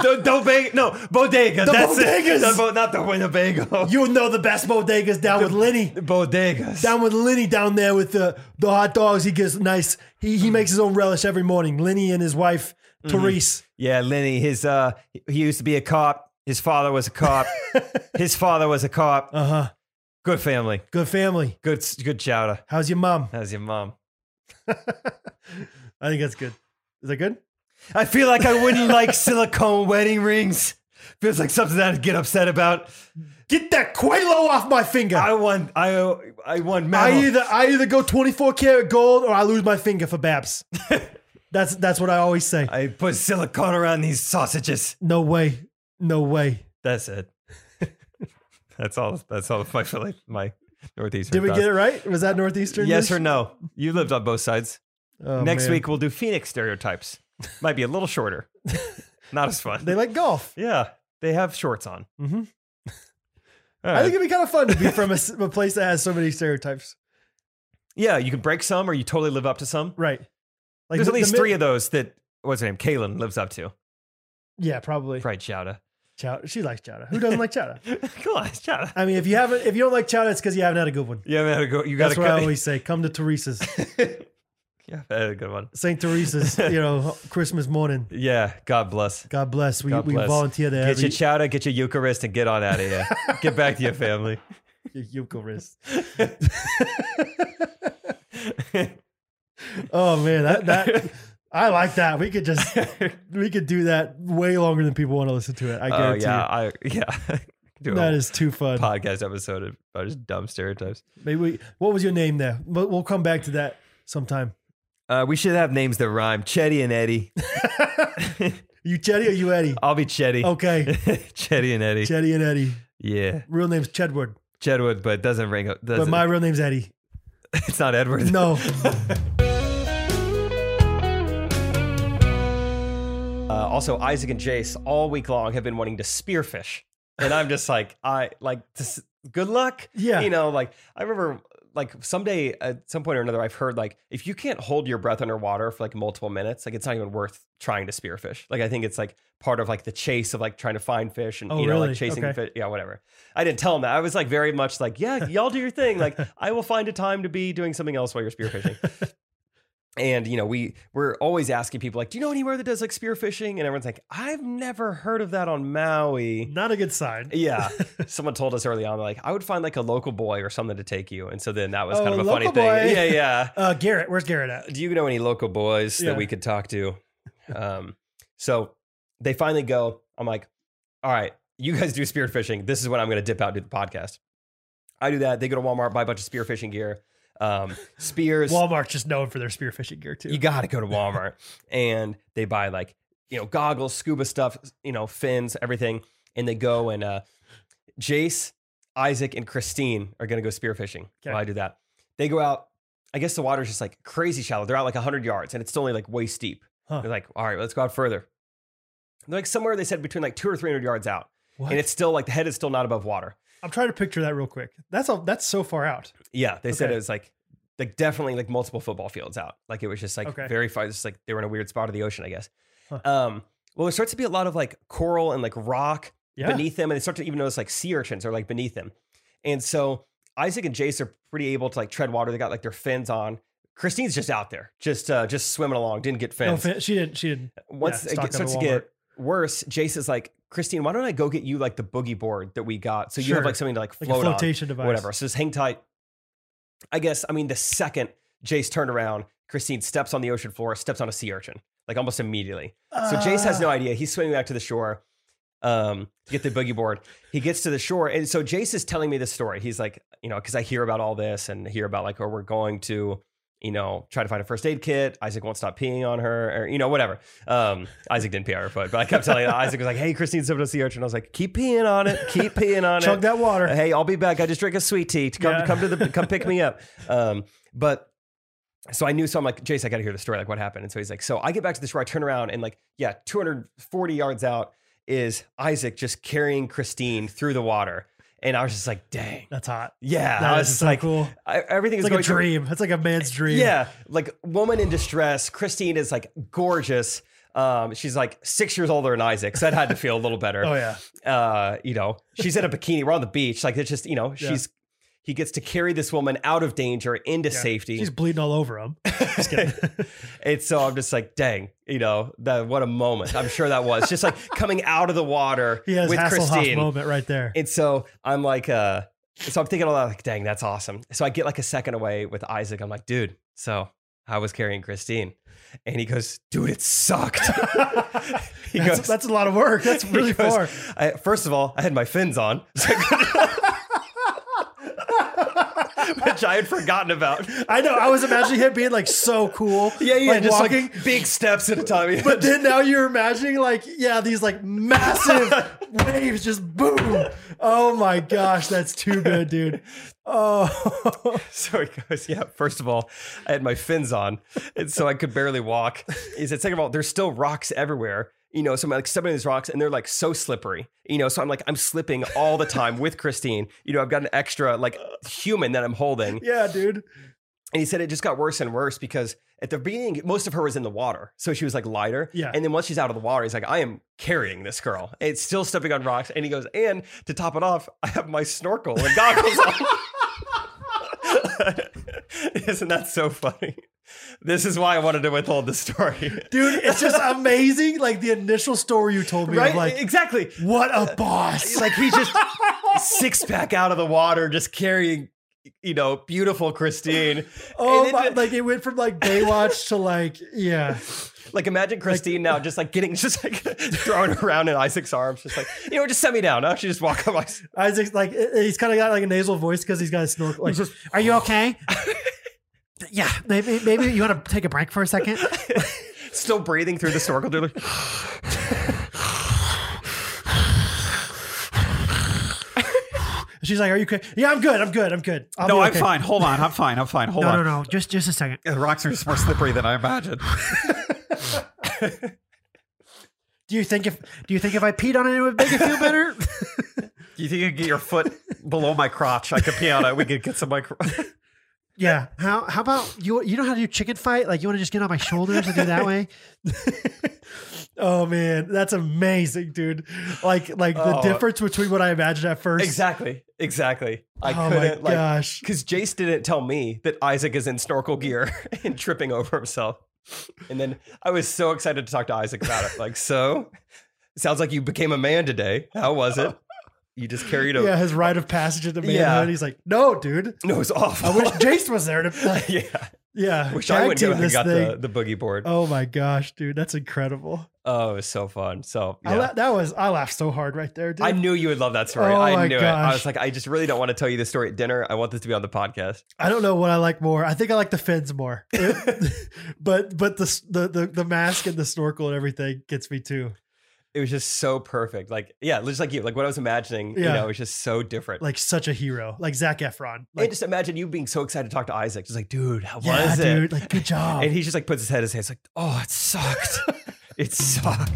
do, do no, bodega. The that's bodegas. It. The bo- not the Winnebago. you'll know the best bodegas down with Lenny. (laughs) The bodegas. Down with Lenny down there with the, the hot dogs. He gets nice. He, he makes his own relish every morning. Lenny and his wife, Mm-hmm. Therese. yeah, Lenny. His uh, he used to be a cop. His father was a cop. (laughs) his father was a cop. Uh huh. Good family. Good family. Good good chowder. How's your mom? How's your mom? I think that's good. Is that good? I feel like (laughs) I wouldn't like silicone wedding rings. Feels like something I'd get upset about. Get that Quelo off my finger. I I, won. I I won. Memo. either I either go 24 karat gold or I lose my finger for (laughs) Babs. that's that's what I always say. I put silicone around these sausages. no way. No way. That's it. (laughs) that's all. That's all. My Philly, my northeastern. Did we get it right? Was that Northeastern? Yes or no? You lived on both sides. Oh, Next week we'll do Phoenix stereotypes. Might be a (laughs) little shorter. Not as fun. They like golf. yeah, they have shorts on. Mm-hmm. I think it'd be kind of fun to (laughs) be from a, s- a place that has so many stereotypes. yeah, you can break some, or you totally live up to some. Right. Like There's the- at the least mi- three of those that what's her name? Kaylin lives up to. Yeah, probably. Right, Chowda. Chowder. She likes chowder. Who doesn't like chowder? (laughs) Come on, Chowda. I mean, if you haven't, if you don't like chowder, it's because you haven't had a good one. Yeah, man, go, you got That's to what I always say. Come to Teresa's, (laughs) Yeah, that's a good one. St. Teresa's, you know, Christmas morning. Yeah, God bless. God bless. We, God we bless. volunteer there. Get every your (laughs) chowder, get your Eucharist, and get on out of here. get back to (laughs) your family. Eucharist. (laughs) oh man, that (laughs) that I like that. We could just we could do that way longer than people want to listen to it. I Oh guarantee yeah, I yeah. (laughs) Do you. a That is too fun. podcast episode about just dumb stereotypes. Maybe we, what was your name there? But we'll come back to that (laughs) sometime. Uh, we should have names that rhyme. Chetty and Eddie. You Chetty or you (laughs) Eddie? I'll be Chetty. Okay, Chetty and Eddie. Chetty and Eddie. yeah, Real name's Chedward, Chetwood, but it doesn't ring. Doesn't, but my real name's Eddie. (laughs) it's not Edward. No, Uh, also, Isaac and Jace all week long have been wanting to spearfish, and I'm just like, I like this, good luck. Yeah. you know, like I remember, like someday at some point or another, I've heard like if you can't hold your breath underwater for like multiple minutes, like it's not even worth trying to spearfish. Like I think it's like part of like the chase of like trying to find fish and Oh, you know really? like chasing Okay. fish. Yeah, whatever. I didn't tell him that. I was like very much (laughs) like, yeah, y'all do your thing. Like I will find a time to be doing something else while you're spearfishing (laughs) and you know we we're always asking people like do you know anywhere that does like spearfishing and everyone's like i've never heard of that on maui not a good sign. (laughs) yeah someone told us early on like i would find like a local boy or something to take you and so then that was Oh, kind of a funny local boy. thing yeah yeah Uh, Garrett, where's Garrett at? do you know any local boys Yeah. that we could talk to um so they finally go i'm like all right you guys do spearfishing this is when i'm going to dip out and do the podcast i do that they go to walmart buy a bunch of spearfishing gear um spears Walmart's just known for their spearfishing gear too. you got to go to Walmart and they buy like, you know, goggles, scuba stuff, you know, fins, everything. And they go and uh Jace, Isaac and Christine are going to go spearfishing. Okay. While I do that, they go out. I guess the water's just like crazy shallow. They're out like 100 yards and it's only like waist deep. Huh. They're like, all right, let's go out further. And they're like somewhere they said between like two or 300 yards out. What? And it's still like the head is still not above water. I'm trying to picture that real quick. That's all. That's so far out. Yeah, they said Okay. it was like like definitely like multiple football fields out. Like it was just like Okay. very far. Just like they were in a weird spot of the ocean, I guess. Huh. Um, well, there starts to be a lot of like coral and like rock Yeah. beneath them, and they start to even notice like sea urchins are like beneath them. And so Isaac and Jace are pretty able to like tread water. They got like their fins on. Christine's just out there, just uh just swimming along. Didn't get No, fins. fin- she didn't. She didn't. Once yeah, it stock gets, up at starts to Walmart. get worse, Jace is like, Christine, why don't I go get you like the boogie board that we got, so you Sure. have like something to like like float a on flotation device. whatever. So just hang tight. I guess, I mean, the second Jace turned around, Christine steps on the ocean floor, steps on a sea urchin, like almost immediately. So Ah, Jace has no idea. He's swimming back to the shore um, to get the boogie board. He gets to the shore. And so Jace is telling me this story. He's like, you know, because I hear about all this and hear about like, oh, we're going to, you know, try to find a first aid kit. Isaac won't stop peeing on her or, you know, whatever. Um, Isaac didn't pee on her foot, but I kept telling Isaac was like, hey, Christine's stepped on a sea urchin. I was like, keep peeing on it. Keep (laughs) peeing on it. Uh, chug that water. Hey, I'll be back. I just drank a sweet tea. Come, Yeah. come to the, come pick (laughs) me up. Um, but so I knew. So I'm like, Jace, I got to hear the story. Like, what happened? And so he's like, so I get back to the shore. I turn around and like, yeah, 240 yards out is Isaac just carrying Christine through the water. And I was just like, dang, That's hot. yeah. I that was is just so like, cool. I, everything It's is like going a through- dream. It's like a (laughs) man's dream. yeah, like woman in distress. Christine is like gorgeous. Um, she's like six years older than Isaac, so that had to feel a little better Oh yeah. uh, you know, she's in a bikini. We're on the beach. Like it's just, you know, Yeah. she's he gets to carry this woman out of danger into Yeah. safety. She's bleeding all over him. Just kidding. (laughs) and so I'm just like, dang, you know, that what a moment. I'm sure that was just like coming out of the water (laughs) He has with Hasselhoff Christine. moment right there. And so I'm like, uh, so I'm thinking a lot like, dang, that's awesome. So I get like a second away with Isaac. I'm like, dude, so I was carrying Christine. And he goes, dude, (laughs) it sucked. (laughs) he that's, goes, that's a lot of work. That's (laughs) He really goes, far. (laughs) I, first of all, I had my fins on, so I couldn't- (laughs) which I had forgotten about. I know. I was imagining him being like so cool. like just walking. like big steps at a (laughs) time. but then now you're imagining like yeah, these like (laughs) massive waves just boom. Oh my gosh, that's too good, dude. (laughs) Oh, so he goes, yeah. First of all, I had my fins on, and so I could barely walk. He said, second of all, there's still rocks everywhere. You know, so I'm like stepping on these rocks, and they're like so slippery. You know, so I'm like I'm slipping all the time with Christine. You know, I've got an extra like human that I'm holding. yeah, dude. And he said it just got worse and worse because at the beginning, most of her was in the water. So she was like lighter. Yeah. And then once she's out of the water, he's like, I am carrying this girl. It's still stepping on rocks. And he goes, and to top it off, I have my snorkel and goggles on. (laughs) Isn't that so funny? This is why I wanted to withhold the story. (laughs) Dude, it's just amazing. Like the initial story you told me Right? of like, exactly. what a boss. Like he just six pack out of the water, just carrying, you know, beautiful Christine. Oh And it- my! like it went from like Baywatch to like yeah, Like imagine Christine now just like getting (laughs) just like thrown around in Isaac's arms, just like, you know, just set me down. I should just walk on my Isaac's like i- he's kind of got like a nasal voice because he's got a snorkel. Like, are you (laughs) okay? yeah, maybe maybe you want to take a break for a (laughs) second. still breathing through the snorkel. They're like, She's like, are you okay? Yeah, I'm good. I'm good. I'm good. I'll no, be I'm okay." fine. Hold on. I'm fine. I'm fine. Hold No, no, on. no. Just just a second. The rocks are just more slippery than I imagined. Do you think if do you think if I peed on it, it would make it feel (laughs) better? Do you think you can get your foot below my crotch? I could pee on it. We could get some micro. yeah. How how about you? You know how to do chicken fight? Like you want to just get on my shoulders and do that way? (laughs) oh man, that's amazing, dude! Like like the Oh. difference between what I imagined at first. (laughs) exactly, exactly. I oh couldn't my like gosh. because Jace didn't tell me that Isaac is in snorkel gear (laughs) and tripping over himself. And then I was so excited to talk to Isaac about it. Like, so sounds like you became a man today. How was it? You just carried a Yeah, (laughs) his rite of passage into manhood. Yeah. He's like, no, dude. no, it was awful. I (laughs) wish Jace was there to (laughs) like, yeah. yeah. Wish tag I went team and this got thing. the, the boogie board. Oh my gosh, dude, that's incredible. Oh, it was so fun. So I yeah. la- that was I laughed so hard right there, dude. I knew you would love that story. Oh my I knew it. I gosh. was like, I just really don't want to tell you the story at dinner. I want this to be on the podcast. I don't know what I like more. I think I like the fins (laughs) more, (laughs) but but the, the the the mask and the snorkel and everything gets me too. it was just so perfect. Like, yeah, just like you, like what I was imagining, you Yeah. know, it was just so different. Like such a hero, like Zach Efron. I Like, just imagine you being so excited to talk to Isaac. Just like, dude, how yeah, was it? dude. Oh. Like, good job. And he just like puts his head in his hands, like, oh, (laughs) it sucked. it sucked.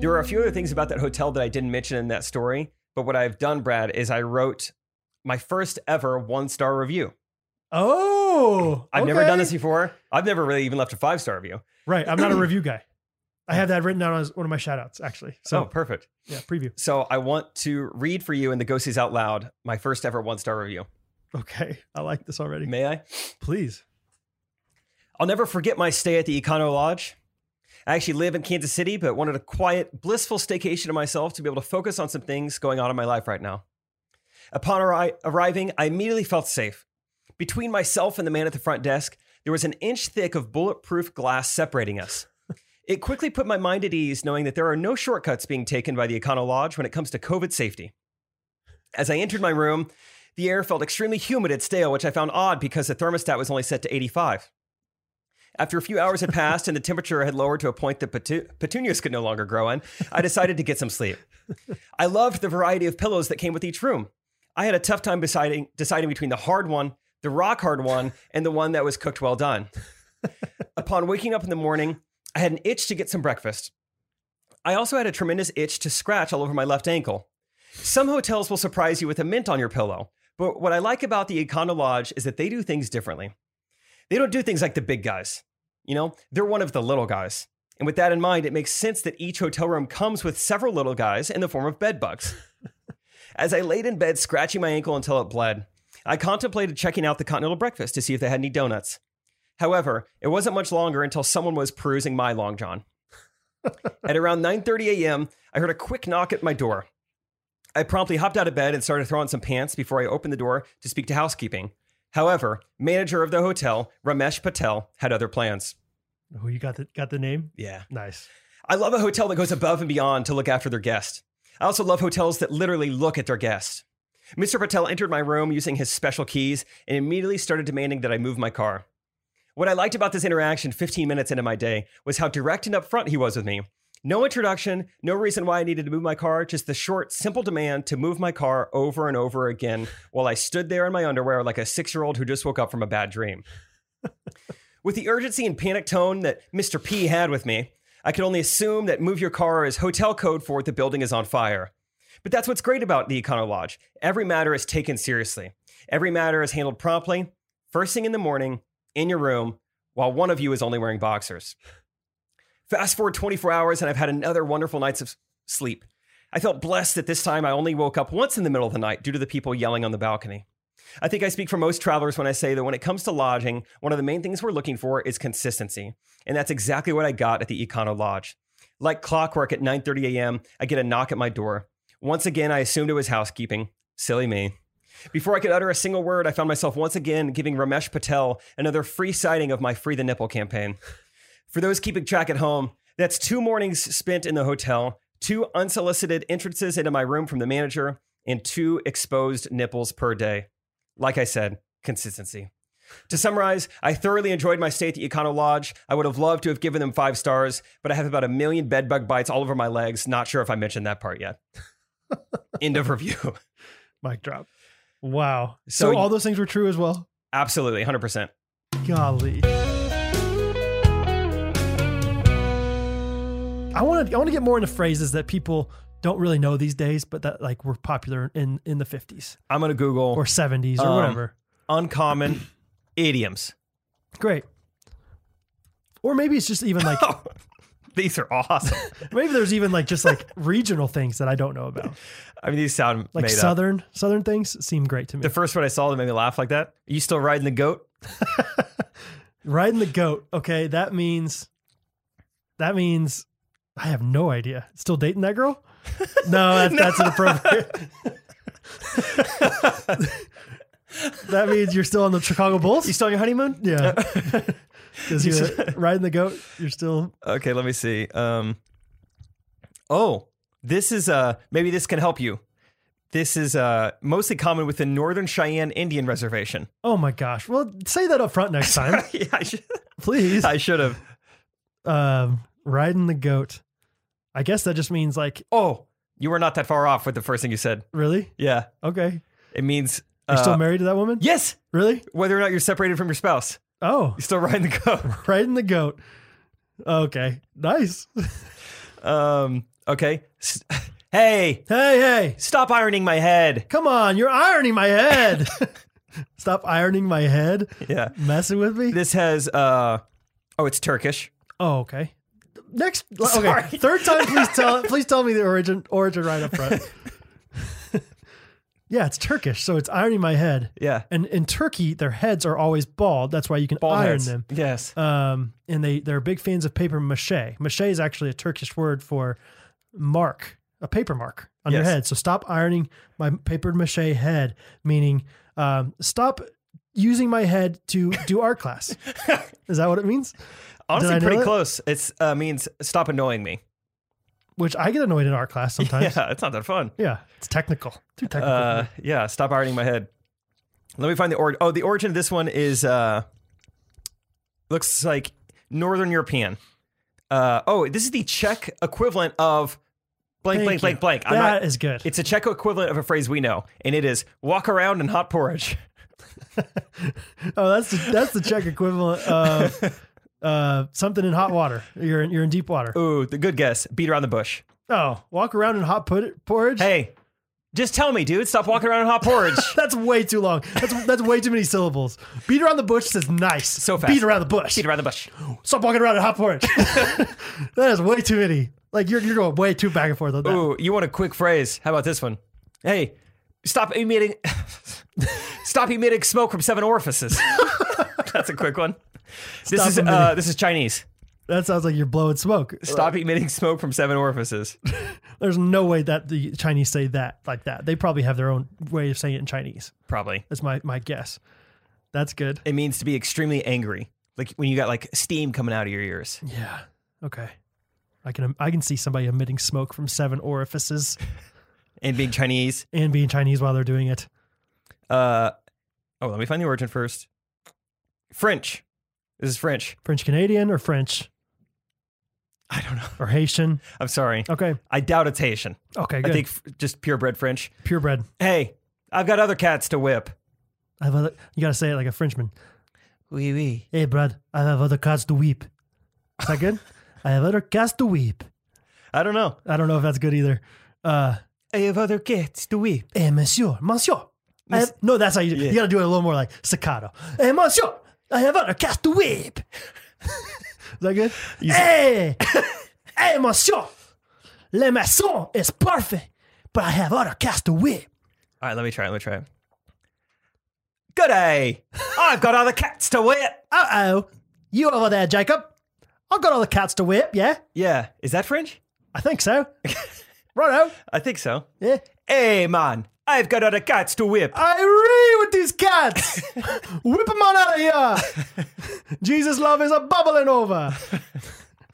There are a few other things about that hotel that I didn't mention in that story, but what I've done, Brad, is I wrote my first ever one star review. oh, I've never done okay. this before. I've never really even left a five star review. Right. I'm not a review guy. I have that written down as one of my shout outs, actually. So So, perfect. yeah, preview. So I want to read for you in the Ghosties Out Loud my first ever one star review. Okay. I like this already. May I? Please. I'll never forget my stay at the Econo Lodge. I actually live in Kansas City, but wanted a quiet, blissful staycation to myself to be able to focus on some things going on in my life right now. Upon arri- arriving, I immediately felt safe. Between myself and the man at the front desk, there was an inch thick of bulletproof glass separating us. It quickly put my mind at ease knowing that there are no shortcuts being taken by the Econo Lodge when it comes to COVID safety. As I entered my room, the air felt extremely humid and stale, which I found odd because the thermostat was only set to 85. After a few hours had passed and the temperature had lowered to a point that petu- petunias could no longer grow in, I decided to get some sleep. I loved the variety of pillows that came with each room. I had a tough time deciding, deciding between the hard one, the rock hard one, and the one that was cooked well done. Upon waking up in the morning, I had an itch to get some breakfast. I also had a tremendous itch to scratch all over my left ankle. Some hotels will surprise you with a mint on your pillow, but what I like about the Econo Lodge is that they do things differently. They don't do things like the big guys. You know, they're one of the little guys. And with that in mind, it makes sense that each hotel room comes with several little guys in the form of bed bugs. As I laid in bed, scratching my ankle until it bled, I contemplated checking out the continental breakfast to see if they had any donuts. However, it wasn't much longer until someone was perusing my long john. at around 9:30 a.m., I heard a quick knock at my door. I promptly hopped out of bed and started throwing some pants before I opened the door to speak to housekeeping. However, manager of the hotel, Ramesh Patel, had other plans. Oh, you got the got the name? Yeah. Nice. I love a hotel that goes above and beyond to look after their guest. I also love hotels that literally look at their guest. Mr. Patel entered my room using his special keys and immediately started demanding that I move my car. What I liked about this interaction 15 minutes into my day was how direct and upfront he was with me. No introduction, no reason why I needed to move my car, just the short, simple demand to move my car over and over again while I stood there in my underwear like a six year old who just woke up from a bad dream. with the urgency and panic tone that Mr. P had with me, I could only assume that move your car is hotel code for the building is on fire. But that's what's great about the Econo Lodge. Every matter is taken seriously. Every matter is handled promptly, first thing in the morning, in your room, while one of you is only wearing boxers. Fast forward 24 hours, and I've had another wonderful night's of sleep. I felt blessed that this time I only woke up once in the middle of the night due to the people yelling on the balcony. I think I speak for most travelers when I say that when it comes to lodging, one of the main things we're looking for is consistency. And that's exactly what I got at the Econo Lodge. Like clockwork at 9:30 a.m., I get a knock at my door. Once again, I assumed it was housekeeping. Silly me. Before I could utter a single word, I found myself once again giving Ramesh Patel another free sighting of my Free the Nipple campaign. For those keeping track at home, that's two mornings spent in the hotel, two unsolicited entrances into my room from the manager, and two exposed nipples per day. Like I said, consistency. To summarize, I thoroughly enjoyed my stay at the Econo Lodge. I would have loved to have given them five stars, but I have about a million bed bug bites all over my legs. Not sure if I mentioned that (laughs) part yet. End of review. (laughs) Mic drop. Wow. So So, you- all those things were true as well. Absolutely, 100%. Golly. I want to I want to get more into phrases that people don't really know these days, but that like were popular in in the 50s I'm going to Google or 70s or Um, whatever. uncommon (clears throat) idioms. Great. Or maybe it's just (laughs) even like These are (laughs) awesome. maybe there's even like just like regional things that I don't know about. I mean, these sound Like made up. southern southern things seem great to me. The first one I saw that made me laugh like that. you still riding (laughs) the goat? Riding the goat. Okay, that means that means I have no idea. Still dating that girl? (laughs) No, that's, that's inappropriate. that means you're still on the Chicago Bulls. You still on your honeymoon? yeah, (laughs) because you're riding the goat. You're still Okay, let me see. Um, oh, this is uh maybe this can help you. This is uh mostly common with the Northern Cheyenne Indian Reservation. oh my gosh. Well, say that up front next time, (laughs) yeah, I should, please. I should have. um, riding the goat. I guess that just means like Oh, you were not that far off with the first thing you said. really Yeah, okay. it means You're still uh, married to that woman? yes. Really? Whether or not you're separated from your spouse, Oh, you're still riding the goat. (laughs) riding the goat. Okay, nice. Hey, Um, okay. S- Hey, hey, stop ironing my head. come on! You're ironing my head. (laughs) Stop ironing my head, Yeah. messing with me. This has uh oh, it's Turkish. Oh, okay. Next, okay. Sorry. Third time, (laughs) please tell please tell me the origin origin right up front. yeah, it's Turkish, so it's ironing my head. Yeah. And in Turkey, their heads are always bald. That's why you can Bald iron heads. them. Yes. Um, and they they're big fans of paper mache. Mache is actually a Turkish word for mark, a paper mark on your Yes. head. So stop ironing my paper mache head, meaning um, stop using my head to do art (laughs) class. is that what it means? Did I Honestly, know pretty it? close. It's uh, means stop annoying me. (laughs) Which I get annoyed in art class sometimes. Yeah, it's not that fun. Yeah, it's technical. Too technical. Uh, yeah, stop ironing my head. Let me find the origin. Oh, the origin of this one is uh, looks like Northern European. Uh, oh, this is the Czech equivalent of blank, blank, blank, blank. That is good. It's a Czech equivalent of a phrase we know, and it is walk around in hot porridge. (laughs) oh, that's the, that's the Czech equivalent (laughs) of uh, something in hot water. You're in, you're in deep water. Ooh, the good guess. Beat around the bush. Oh, walk around in hot put- porridge. Hey, just tell me, dude. Stop walking around in (laughs) hot porridge. That's way too long. That's that's way too many syllables. Beat around the bush says nice. So fast. Beat around the bush. Beat around the bush. Stop walking around in hot porridge. (laughs) that is way too many. Like you're you're going way too back and forth on that. Ooh, you want a quick phrase? How about this one? Hey, stop emitting, (laughs) stop emitting smoke from seven orifices. (laughs) That's a quick one. This Stop is emitting- uh, this is Chinese. That sounds like you're blowing smoke. Stop emitting smoke from seven orifices. There's no way that the Chinese say that like that. They probably have their own way of saying it in Chinese. Probably That's my my guess. That's good. it means to be extremely angry, like when you got like steam coming out of your ears. Yeah. Okay. I can I can see somebody emitting smoke from seven orifices And being Chinese, and being Chinese while they're doing it. uh, oh, let me find the origin first. French. This is French. French Canadian or French I don't know. or Haitian. I'm sorry. Okay. I doubt it's Haitian. Okay. I Good. think f- just purebred French. purebred. Hey, I've got other cats to whip. I have other, you gotta say it like a Frenchman. Oui, oui. Hey, Brad. I have other cats to weep. Is that (laughs) good? I have other cats to weep. I don't know. I don't know if that's good either. Uh, I have other cats to whip. hey, monsieur, monsieur. I Miss- have, no, that's how you. Yeah. You gotta do it a little more like staccato. Hey, monsieur, I have other cats to weep. (laughs) Is that good? hey, hey, monsieur, le maçon is perfect, but I have other cats to whip. All right, let me try. it, Let me try. it. Good day. I've got other cats to whip. Uh oh, you over there, Jacob? I've got other cats to whip. Yeah, Yeah, is that French? I think (laughs) so. Righto. I think so. Yeah. Hey, man, I've got other cats to whip. Irene with these cats. (laughs) Whip them on out of here. Jesus love is a bubbling over.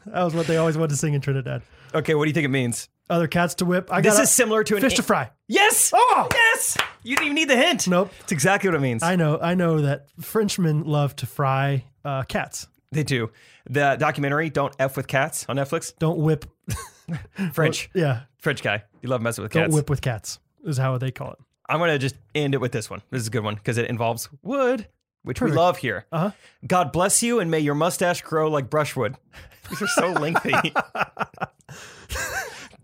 That was what they always wanted to sing in Trinidad. Okay, what do you think it means? Other cats to whip. I This got is similar to an fish to fry. Yes. Oh! yes. You didn't even need the hint. Nope. It's exactly what it means. I know. I know that Frenchmen love to fry uh, cats. they do. The documentary "Don't F with Cats" on Netflix. Don't whip. French, (laughs) Yeah. French guy. You love messing with Don't cats. whip with cats is how they call it. I'm gonna just end it with this one. This is a good one because it involves wood, which we love here. Uh-huh. God bless you, and may your mustache grow like brushwood. (laughs) These are so (laughs) lengthy.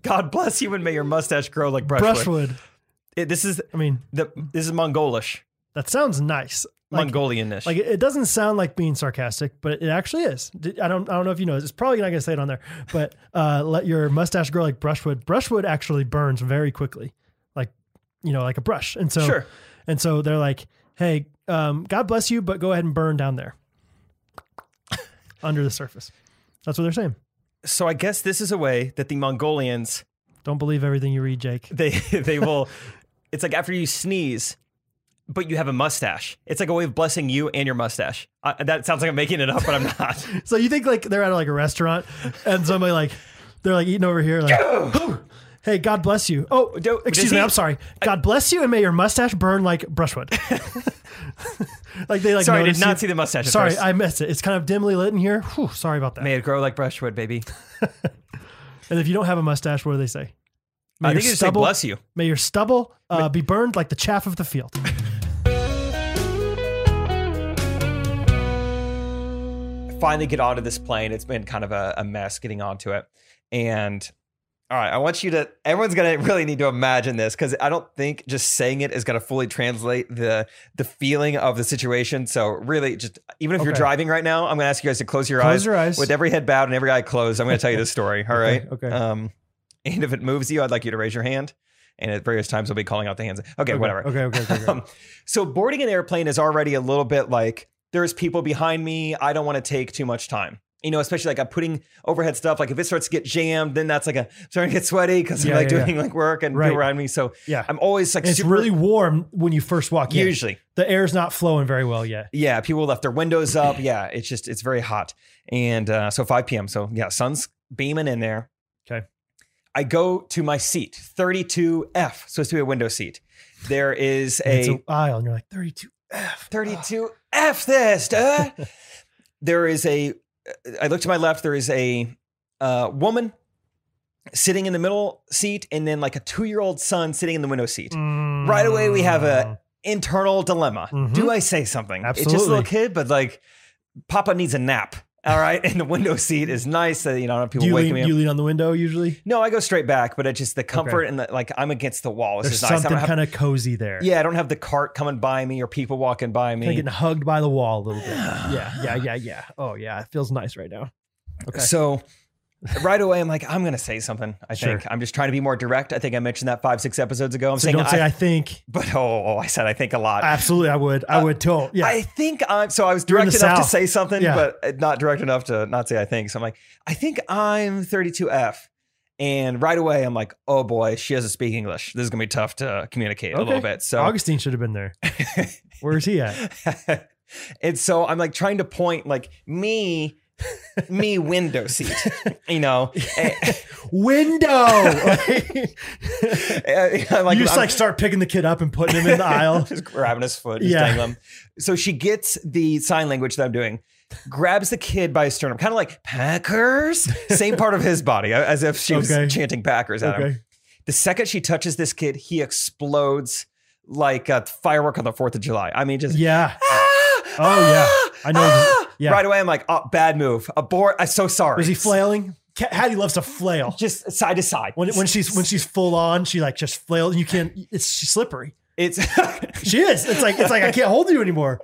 God bless you, and may your mustache grow like brushwood. Brushwood. It- this is I mean, the this is Mongolish, that sounds nice. Like, Mongolianish. Like it it doesn't sound like being sarcastic, but it actually is. D- I don't I don't know if you know. this. It's probably not going to say it on there, but (laughs) uh, let your mustache grow like brushwood. Brushwood actually burns very quickly, like you know, like a brush. And so, Sure. and so they're like, "Hey, um, God bless you, but go ahead and burn down there, (laughs) under the surface." That's what they're saying. so I guess this is a way that the Mongolians Don't believe everything you read, (laughs) Jake. they they will. it's like after you sneeze. But you have a mustache. It's like a way of blessing you and your mustache. I, that sounds like I'm making it up, but I'm (laughs) not. So you think like they're at like a restaurant and somebody like they're like eating over here like Hey, God bless you. Oh, Do- does excuse me. he- I'm sorry. God bless you, and may your mustache burn like brushwood. (laughs) Like they like. Sorry, I did notice not you. see the mustache at Sorry, first. I missed it. It's kind of dimly lit in here. Whew, sorry about that. May it grow like brushwood, baby. And if you don't have a mustache, what do they say? May I your think you just say stubble- bless you. May your stubble uh, be burned like the chaff of the field. finally get onto this plane. It's been kind of a, a mess getting onto it. And all right, I want you to, everyone's going to really need to imagine this because I don't think just saying it is going to fully translate the the feeling of the situation. So, really, just even if you're Okay. driving right now, I'm going to ask you guys to close your Close eyes. your eyes. With every head bowed and every eye closed, I'm going to tell you (laughs) this story. All right. okay. Um, and if it moves you, I'd like you to raise your hand. And at various times, I'll be calling out the hands. okay. whatever. Okay, okay, okay. okay. (laughs) Um, so boarding an airplane is already a little bit like there's people behind me. I don't want to take too much time. You know, especially like I'm putting overhead stuff. Like if it starts to get jammed, then that's like a (laughs) I'm starting to get sweaty because Yeah, I'm like yeah, yeah. doing like work and Right. people around me. So yeah. I'm always like And it's super (laughs) really warm when you first walk in. usually. The air's not flowing very well yet. Yeah, people left their windows up. Yeah, it's just it's very hot, and uh, so 5 p.m. So yeah, sun's beaming in there. Okay. I go to my seat, 32F, supposed to be a window seat. There is And it's a an aisle, and you're like 32 F. 32 F this. duh. there is a, I look to my left, there is a uh, woman sitting in the middle seat and then like a two year old son sitting in the window Mm. seat. Right away, we have a- Internal dilemma. Do Mhm. I say something? It's just a Absolutely. little kid, but like Papa needs a nap. All right. And the window seat is nice. That, you know, I don't have Do people you lean, waking do me up. you lean on the window usually? no, I go straight back, but it's just the comfort and the, like I'm against the wall. This There's is nice. I something don't have, kind of cozy there. yeah, I don't have the cart coming by me or people walking by me. Kind of getting hugged by the wall a little bit. Yeah, yeah, yeah, yeah. Oh, yeah. It feels nice right now. Okay. So right away, I'm like, I'm going to say something. I Sure. think I'm just trying to be more direct. I think I mentioned that five, six episodes ago. I'm so saying, don't I, say I think. (laughs) but oh, oh, I said, I think a lot. Absolutely, I would. I Uh, would too. Yeah. I think I'm so I was You're in direct the enough South. to say something, Yeah. but uh, not direct enough to not say I think. So I'm like, I think I'm 32F. And right away, I'm like, oh boy, she doesn't speak English. This is going to be tough to communicate a little Okay. bit. So Augustine should have been (laughs) there. Where is he at? and so I'm like trying to point like me, me window seat, (laughs) (laughs) you know, And- Window. (laughs) Like, (laughs) and Uh, (laughs) I'm you just I'm- like start picking the kid up and putting him in the aisle. (laughs) just grabbing his foot, just Yeah. dangling him. So she gets the sign language that I'm doing, grabs the kid by his sternum, kind of like Packers, same part of his body, as if she was Okay. chanting Packers at him. Okay. The second she touches this kid, he explodes like a firework on the Fourth of July. I mean, just Yeah. "Ah! Oh, yeah. I know. Ah!" Yeah. Right away, I'm like, oh, bad move, abort. I'm so sorry. Was he flailing? Ca- Hattie loves to flail. Just side to side. When, when she's when she's full on, she like just flails, and you can't. It's she's slippery. it's (laughs) She is. It's like it's like I can't hold you anymore.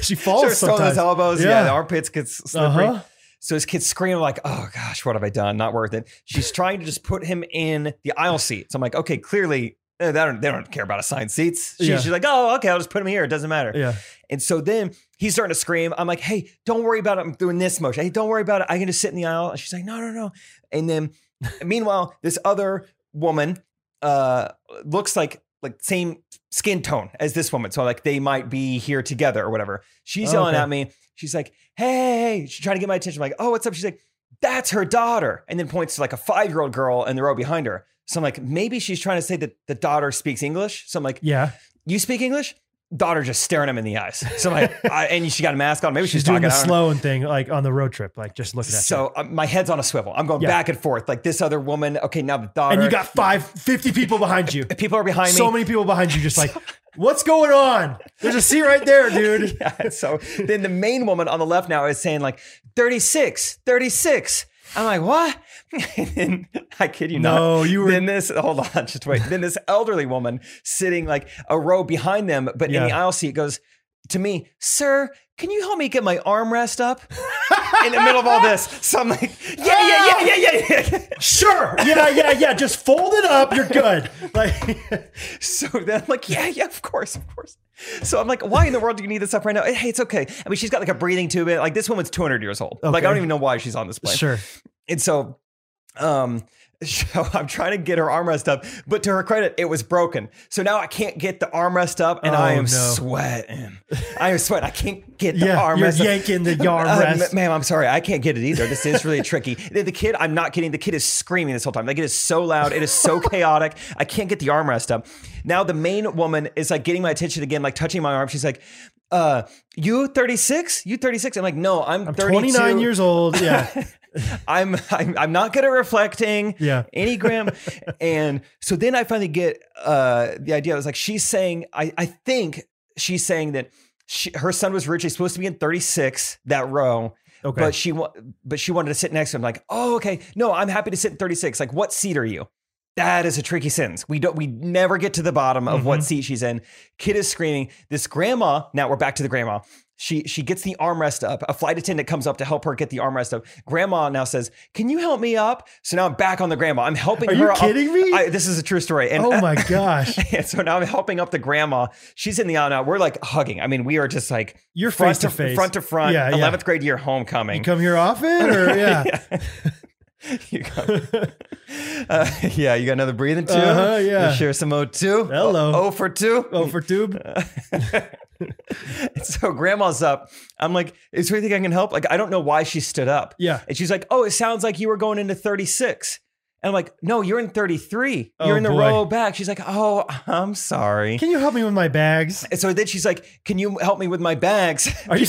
She falls Sure, throwing sometimes. those elbows. Yeah. Yeah. the armpits get s- slippery. Uh-huh. So this kid's screaming like, "Oh gosh, what have I done? Not worth it." She's trying to just put him in the aisle seat. So I'm like, "Okay, clearly eh, they don't, they don't care about assigned seats." She's, Yeah. she's like, "Oh, okay, I'll just put him here. It doesn't matter." Yeah. And so then he's starting to scream. I'm like, "Hey, don't worry about it. I'm doing this motion. Hey, don't worry about it. I can just sit in the aisle." And she's like, "No, no, no." And then (laughs) meanwhile, this other woman uh, looks like like same skin tone as this woman. So like they might be here together or whatever. She's Oh, yelling okay. at me. She's like, hey, she's trying to get my attention. I'm like, oh, what's up? She's like, that's her daughter. And then points to like a five-year-old girl in the row behind her. So I'm like, maybe she's trying to say that the daughter speaks English. So I'm like, Yeah. you speak English? Daughter just staring him in the eyes. So (laughs) I'm like, I, and she got a mask on. Maybe she's, She's doing talking. the I don't know. slowing thing, like on the road trip, like just looking at you. So uh, my head's on a swivel. I'm going Yeah. back and forth. Like this other woman. Okay, now the daughter. And you got five, 50 people behind (laughs) you. people are behind me. So many people behind you, just like, what's going on? There's a seat right there, dude. (laughs) yeah. So then the main woman on the left now is saying like 36, 36. I'm like, what? (laughs) And then, I kid you not. No, you were- Then this, hold on, (laughs) just wait. then this elderly woman sitting like a row behind them, but in the Yeah. aisle seat goes to me, sir, can you help me get my armrest up? (laughs) in the middle of all this. So I'm like, yeah, yeah, yeah, yeah, yeah, yeah. Sure. Yeah, yeah, yeah. Just fold it up. You're good. (laughs) Like, So then I'm like, yeah, yeah, of course, of course. So I'm like, why in the world do you need this stuff right now? Hey, it's okay. I mean, she's got like a breathing tube. In. Like this woman's 200 years old. Like I don't Okay. even know why she's on this plane. sure. And so, um, so (laughs) I'm trying to get her armrest up, but to her credit, it was broken. So now I can't get the armrest up, and I Oh, am no. sweating. I am sweating. I can't get the Yeah, you're armrest. up. yanking (laughs) the Uh, armrest. ma- ma'am, I'm sorry. I can't get it either. This is really (laughs) tricky. The, the kid, I'm not kidding. The kid is screaming this whole time. Like it is so loud. It (laughs) is so chaotic. I can't get the armrest up. Now the main woman is like getting my attention again, like touching my arm. She's like, uh, you 36? You 36? I'm like, no, I'm, I'm 32. 29 years old. Yeah. (laughs) I'm, I'm I'm not good at reflecting. Yeah. (laughs) Enneagram. and so then I finally get uh, the idea. I was like, she's saying, I, I think she's saying that she, her son was originally supposed to be in 36, that row. Okay. But she wa- but she wanted to sit next to him. Like, oh, okay, no, I'm happy to sit in 36. Like, what seat are you? That is a tricky sentence. We don't we never get to the bottom of Mm-hmm. what seat she's in. Kid is screaming. This grandma, now we're back to the grandma. She she gets the armrest up. A flight attendant comes up to help her get the armrest up. Grandma now says, Can you help me up? So now I'm back on the grandma. I'm helping Are her you up. kidding me? I- this is a true story. And oh my gosh. (laughs) and so now I'm helping up the grandma. She's in the aisle now. We're like hugging. I mean, we are just like You're front face to face. front to front, Yeah, yeah. eleventh grade year homecoming. You come here often or (laughs) yeah. You got, Uh, yeah, you got another breathing too. Uh-huh, yeah. share some O2. Hello. O, o for two. Oh, for tube. (laughs) So grandma's up. I'm like, is there anything I can help? Like, I don't know why she stood up. Yeah. And she's like, oh, it sounds like you were going into 36. And I'm like, no, you're in 33. Oh, You're in the boy. row back. She's like, oh, I'm sorry. Can you help me with my bags? And so then she's like, "Can you help me with my bags?" Are you (laughs)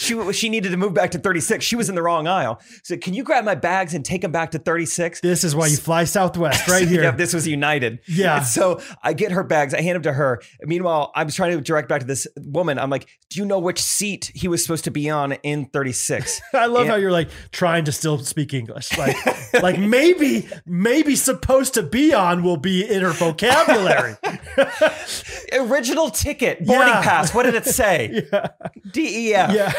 serious? She she needed to move back to 36. She was in the wrong aisle. So can you grab my bags and take them back to 36? This is why you fly Southwest (laughs) right here. Yep, this was United. Yeah. And so I get her bags, I hand them to her. Meanwhile, I'm trying to direct back to this woman. I'm like, "Do you know which seat he was supposed to be on in (laughs) 36?" I love Yeah. how you're like trying to still speak English. Like, like maybe, maybe supposed to be on will be in her (laughs) vocabulary. Original ticket, boarding Yeah. pass. What did (laughs) it say? E DEF. yeah.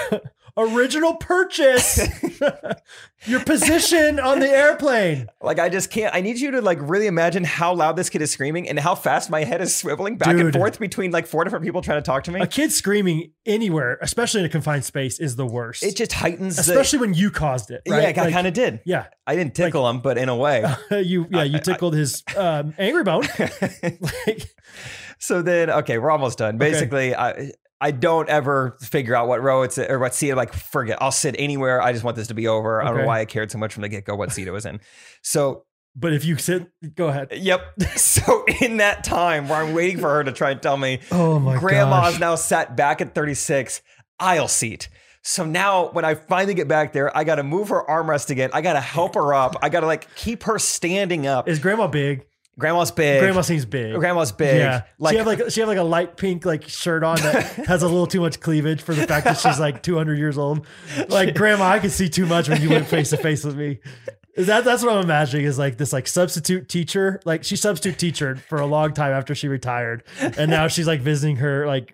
Original purchase. (laughs) Your position on the airplane. Like I just can't. I need you to like really imagine how loud this kid is screaming and how fast my head is swiveling back and Dude. forth between like four different people trying to talk to me. A kid screaming anywhere, especially in a confined space, is the worst. It just heightens. especially when you caused it. the, Right? yeah, I kind of did. Yeah. I didn't tickle him, but in a way. (laughs) you yeah you tickled his um, angry bone. (laughs) uh, like, so then, okay, we're almost done. Basically, I. I don't ever figure out what row it's or what seat. I'm like, forget. I'll sit anywhere. I just want this to be over. I don't know Okay. why I cared so much from the get go what seat it was in. So but if you sit, go ahead. Yep. (laughs) So in that time where I'm waiting for her to try and tell me, (laughs) Oh my grandma's gosh. now sat back at 36 aisle seat. So now when I finally get back there, I got to move her armrest again. I got to help her up. I got to like keep her standing up. Is grandma big? Grandma's big. Grandma seems big. Grandma's big. Yeah, Like, she had like she had like a light pink like shirt on (laughs) that has a little too much cleavage for the fact that she's like 200 years old. (laughs) Like grandma, I could see too much when you went face to face with me. Is that that's what I'm imagining is like this like substitute teacher like she substitute teachered for a long time after she retired and now she's like visiting her like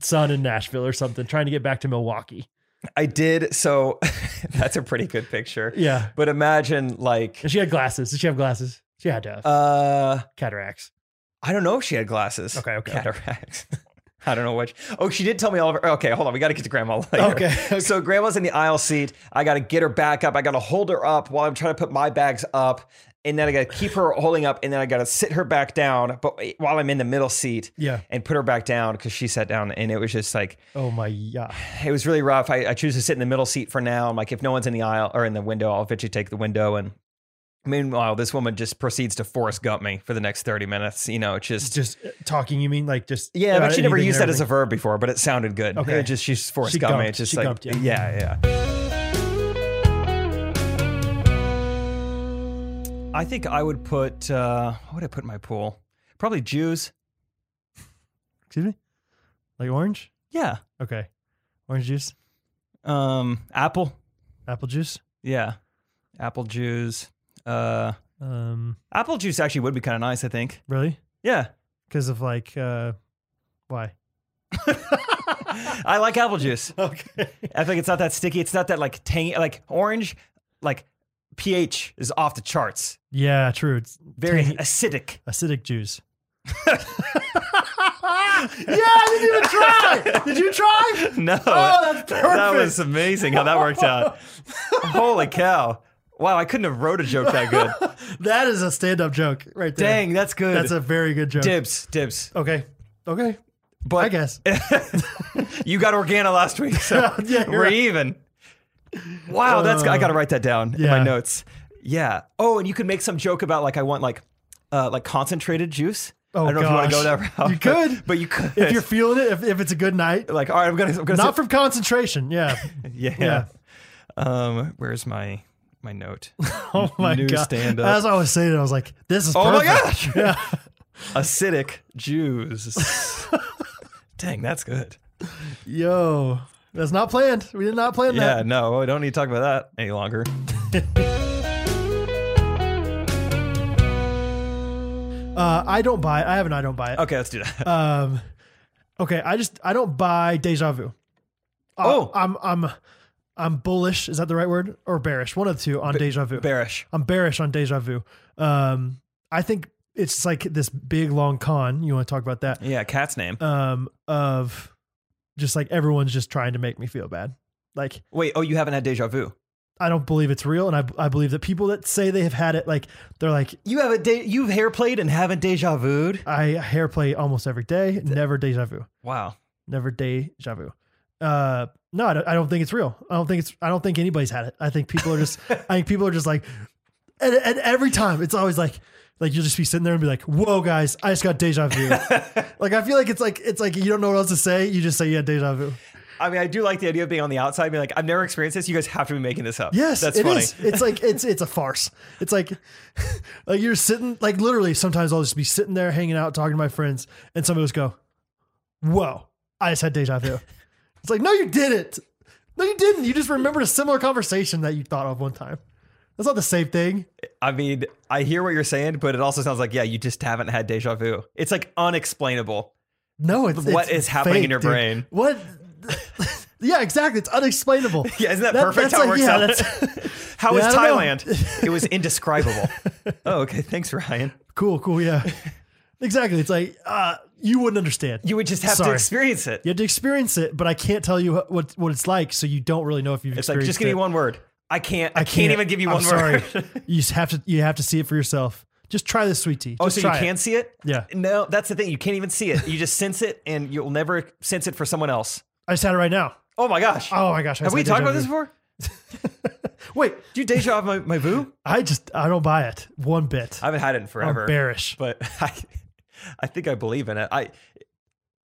son in Nashville or something trying to get back to Milwaukee. I did. So (laughs) that's a pretty good picture. Yeah, But imagine like, and she had glasses. Did she have glasses? She had to have uh, cataracts. I don't know if she had glasses. Okay, okay. Cataracts. (laughs) I don't know which. Oh, she did tell me all of her. Okay, hold on. We got to get to grandma later. Okay, okay. So grandma's in the aisle seat. I got to get her back up. I got to hold her up while I'm trying to put my bags up. And then I got to keep her holding up. And then I got to sit her back down but eh, while I'm in the middle seat Yeah. and put her back down because she sat down. And it was just like, Oh my yeah. it was really rough. I, I choose to sit in the middle seat for now. I'm like, if no one's in the aisle or in the window, I'll eventually take the window. And meanwhile, this woman just proceeds to Forrest Gump me for the next 30 minutes. You know, it's just Just uh, talking. You mean like just yeah, I've about actually never anything used that and as a verb before, but it sounded good. Okay. It just she's forced She gumming. gumped. It's just She like gumped, yeah. yeah, yeah. I think I would put uh what would I put in my pool? Probably Jews. Excuse me? Like orange? Yeah. Okay. Orange juice, Um apple. apple juice. Yeah. Apple Jews. Uh Um, apple juice actually would be kind of nice, I think. really? Yeah. (laughs) Because of like, uh, why? I like apple juice. Okay. I think it's not that sticky. It's not that like tangy like orange like pH is off the charts. Yeah, true. It's Very tangy, acidic. acidic juice. yeah, I didn't even try. Did you try? (laughs) (laughs) No. Oh, that's perfect. That was amazing how that worked (laughs) out. Holy cow. Wow, I couldn't have wrote a joke that good. That is a stand-up joke right there. Dang, that's good. that's a very good joke. dibs, dibs. Okay. Okay. But I guess. (laughs) you got Organa last week, so (laughs) Yeah, you're we're right. even. Wow, that's I got to write that down in my yeah. notes. Yeah. Oh, and you could make some joke about like I want like uh like uh, concentrated juice. I don't know if you want to go gosh. that route. You but- could. (laughs) but you could. if you're feeling it, if, if it's a good night, like, all right, I'm gonna, I'm gonna not sit- from concentration. Yeah. (laughs) yeah. yeah. Um, where's my my (laughs) note? Oh my New god. stand-up. As I was saying, it, I was like, "This is Oh my perfect. (laughs) gosh. Yeah. (laughs) Acidic (laughs) Jews. Dang, that's good. Yo, that's not planned. We did not plan Yeah, that. no, we don't need to talk about that any longer. Uh, I don't buy. It. I have an I don't buy it. Okay, let's do that. (laughs) Um, okay, I just I don't buy deja vu. I- Oh. I'm I'm I'm bullish. Is that the right word or bearish? One of the two on deja vu. Bearish. I'm bearish on deja vu. Um, I think it's like this big long con. You want to talk about that? Yeah, cat's name. Um, of just like everyone's just trying to make me feel bad. Like Wait, oh, you haven't had deja vu. I don't believe it's real, and I I believe that people that say they have had it, like they're like You have a de- you've hair played and haven't deja vu'd. I hair play almost every day, never deja vu. Wow. never deja vu. Uh, no, I don't, I don't think it's real. I don't think it's. I don't think anybody's had it. I think people are just. I think people are just like, and, and every time it's always like, like you'll just be sitting there and be like, "Whoa, guys, I just got deja vu." like I feel like it's like it's like you don't know what else to say. You just say, "Yeah, deja vu." I mean, I do like the idea of being on the outside, being like, I've never experienced this. You guys have to be making this up. Yes, that's it funny. is. It's like it's it's a farce. It's like (laughs) like you're sitting like literally. Sometimes I'll just be sitting there hanging out, talking to my friends, and somebody will just go, "Whoa, I just had deja (laughs) vu." it's like no, you didn't. No, you didn't. You just remembered a similar conversation that you thought of one time. That's not the same thing. I mean, I hear what you're saying, but it also sounds like, yeah, you just haven't had deja vu. It's like unexplainable. No, it's What it's is happening fake, in your dude. brain? What? (laughs) yeah, exactly. It's unexplainable. (laughs) Yeah, isn't that, perfect? that's How it works yeah, out. (laughs) that's- How is Yeah, I don't know. Thailand? it (laughs) was indescribable. oh, okay. Thanks, Ryan. cool, cool. Yeah, exactly. It's like uh, you wouldn't understand. You would just have to Sorry. experience it. You have to experience it, but I can't tell you what what, what it's like, so you don't really know if you've It's like experienced just give it. me one word. I can't. I, I can't, even give you I'm one sorry. word. you just have to you have to see it for yourself. Just try this sweet tea. (laughs) oh, Just so you try it. can see it? Yeah. No, that's the thing. You can't even see it. You just sense it, and you'll never sense it for someone else. I just had it right now. Oh my gosh. Oh my gosh. I have just we had talked deja about this vu. before? (laughs) Wait, Do you deja vu my, (laughs) my vu? I just I don't buy it one bit. I haven't had it in forever. I'm bearish. but (laughs) I, I think I believe in it. I,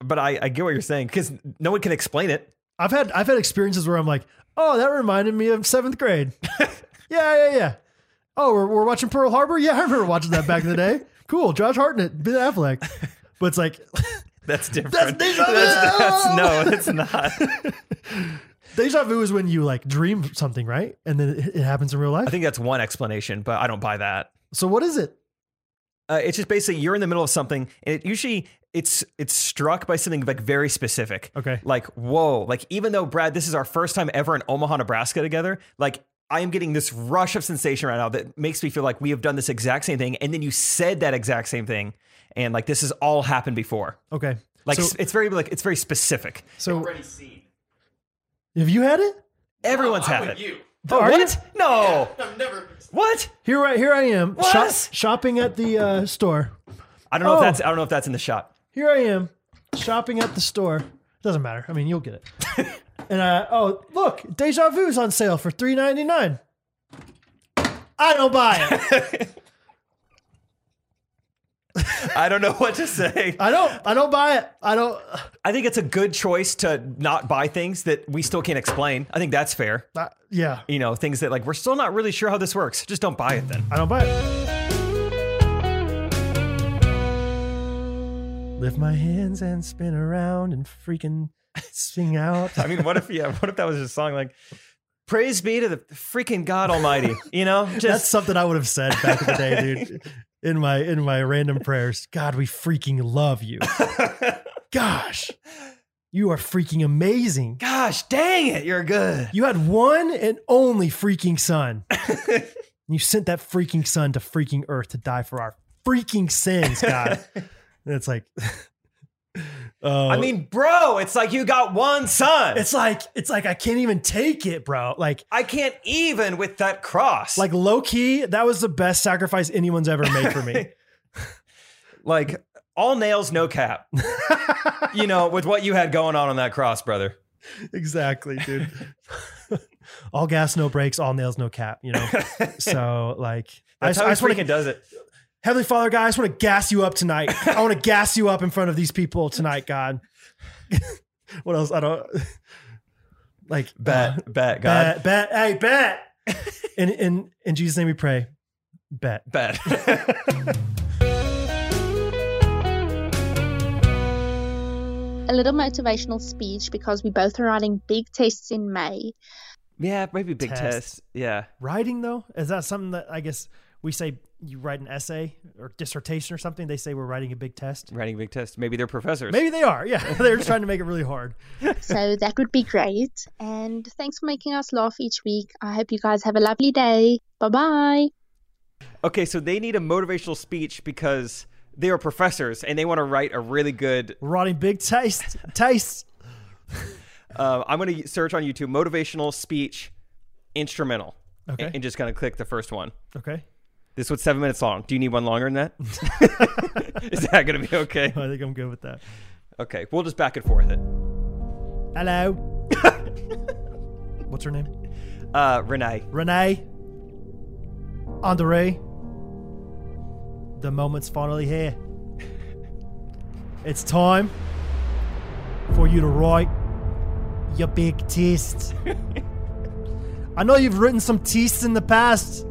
but I, I get what you're saying because no one can explain it. I've had I've had experiences where I'm like, oh, that reminded me of seventh (laughs) grade. yeah, yeah, yeah. Oh, we're, we're watching Pearl Harbor. (laughs) Yeah, I remember watching that back in the day. Cool, Josh Hartnett, Ben Affleck. But it's like That's different. That's deja vu! That's, that's- no, it's not. (laughs) Deja vu is when you like dream something, right? And then it, it happens in real life. I think that's one explanation, but I don't buy that. so what is it? Uh, it's just basically you're in the middle of something, and it usually it's it's struck by something like very specific. Okay. Like whoa, like even though Brad, this is our first time ever in Omaha, Nebraska together, like. I am getting this rush of sensation right now that makes me feel like we have done this exact same thing. And then you said that exact same thing. And like this has all happened before. Okay. Like so, s- it's very like it's very specific. so Already seen. have you had it? Everyone's had I'm with it. you. Oh, Are what? No. I've never. What? Here I here I am shop- What? shopping at the uh, store. I don't know Oh. if that's I don't know if that's in the shop. Here I am shopping at the store. Doesn't matter. I mean, you'll get it. (laughs) and uh, oh, look, Deja Vu's on sale for three ninety nine. I don't buy it. I don't know (laughs) what to say. I don't. I don't buy it. I don't. I think it's a good choice to not buy things that we still can't explain. I think that's fair. Uh, yeah, You know, things that like we're still not really sure how this works. Just don't buy it then. I don't buy it. Lift my hands and spin around and freaking sing out. (laughs) I mean, what if yeah, what if that was just a song like Praise be to the freaking God Almighty. (laughs) You know? Just That's something I would have said back in the day, dude. In my in my random prayers, God, we freaking love you. Gosh, you are freaking amazing. (laughs) gosh dang it, you're good. You had one and only freaking son. And you sent that freaking son to freaking earth to die for our freaking sins, God. and it's like, (laughs) uh, I mean, bro, it's like you got one son. it's like it's like I can't even take it, bro. Like I can't even with that cross. like low key, that was the best sacrifice anyone's ever made for (laughs) me. like all nails, no (laughs) cap. you know, with what you had going on on that cross, brother. exactly, dude. (laughs) all (laughs) gas, no brakes. All nails, no cap. You know. So like, That's I, how I he just want (laughs) freaking to. does it. Heavenly Father, God, I just want to gas you up tonight. I (laughs) want to gas you up in front of these people tonight, God. (laughs) what else? I don't like uh, Bet, bet, God, bet, bet, hey, bet. in in in Jesus' name we pray. Bet. bet. (laughs) (laughs) A little motivational speech because we both are writing big tests in May. yeah, maybe big Test. test. Yeah, Writing though, is that something that I guess we say you write an essay or dissertation or something? They say we're writing a big test. writing big test. Maybe they're professors. Maybe they are. Yeah, (laughs) they're just trying to make it really hard. so that would be great. And thanks for making us laugh each week. I hope you guys have a lovely day. Bye bye. Okay, so they need a motivational speech because they are professors and they want to write a really good. We're writing big taste taste. Uh, I'm going to search on YouTube motivational speech instrumental. Okay. And, and just going to click the first one. Okay. This was seven minutes long. Do you need one longer than that? (laughs) Is that (laughs) going to be okay? I think I'm good with that. Okay, we'll just back and forth it. Hello. (laughs) What's her name? Uh, Renee, Renee. Andre. The moment's finally here. It's time for you to write your big test. I know you've written some tests in the past.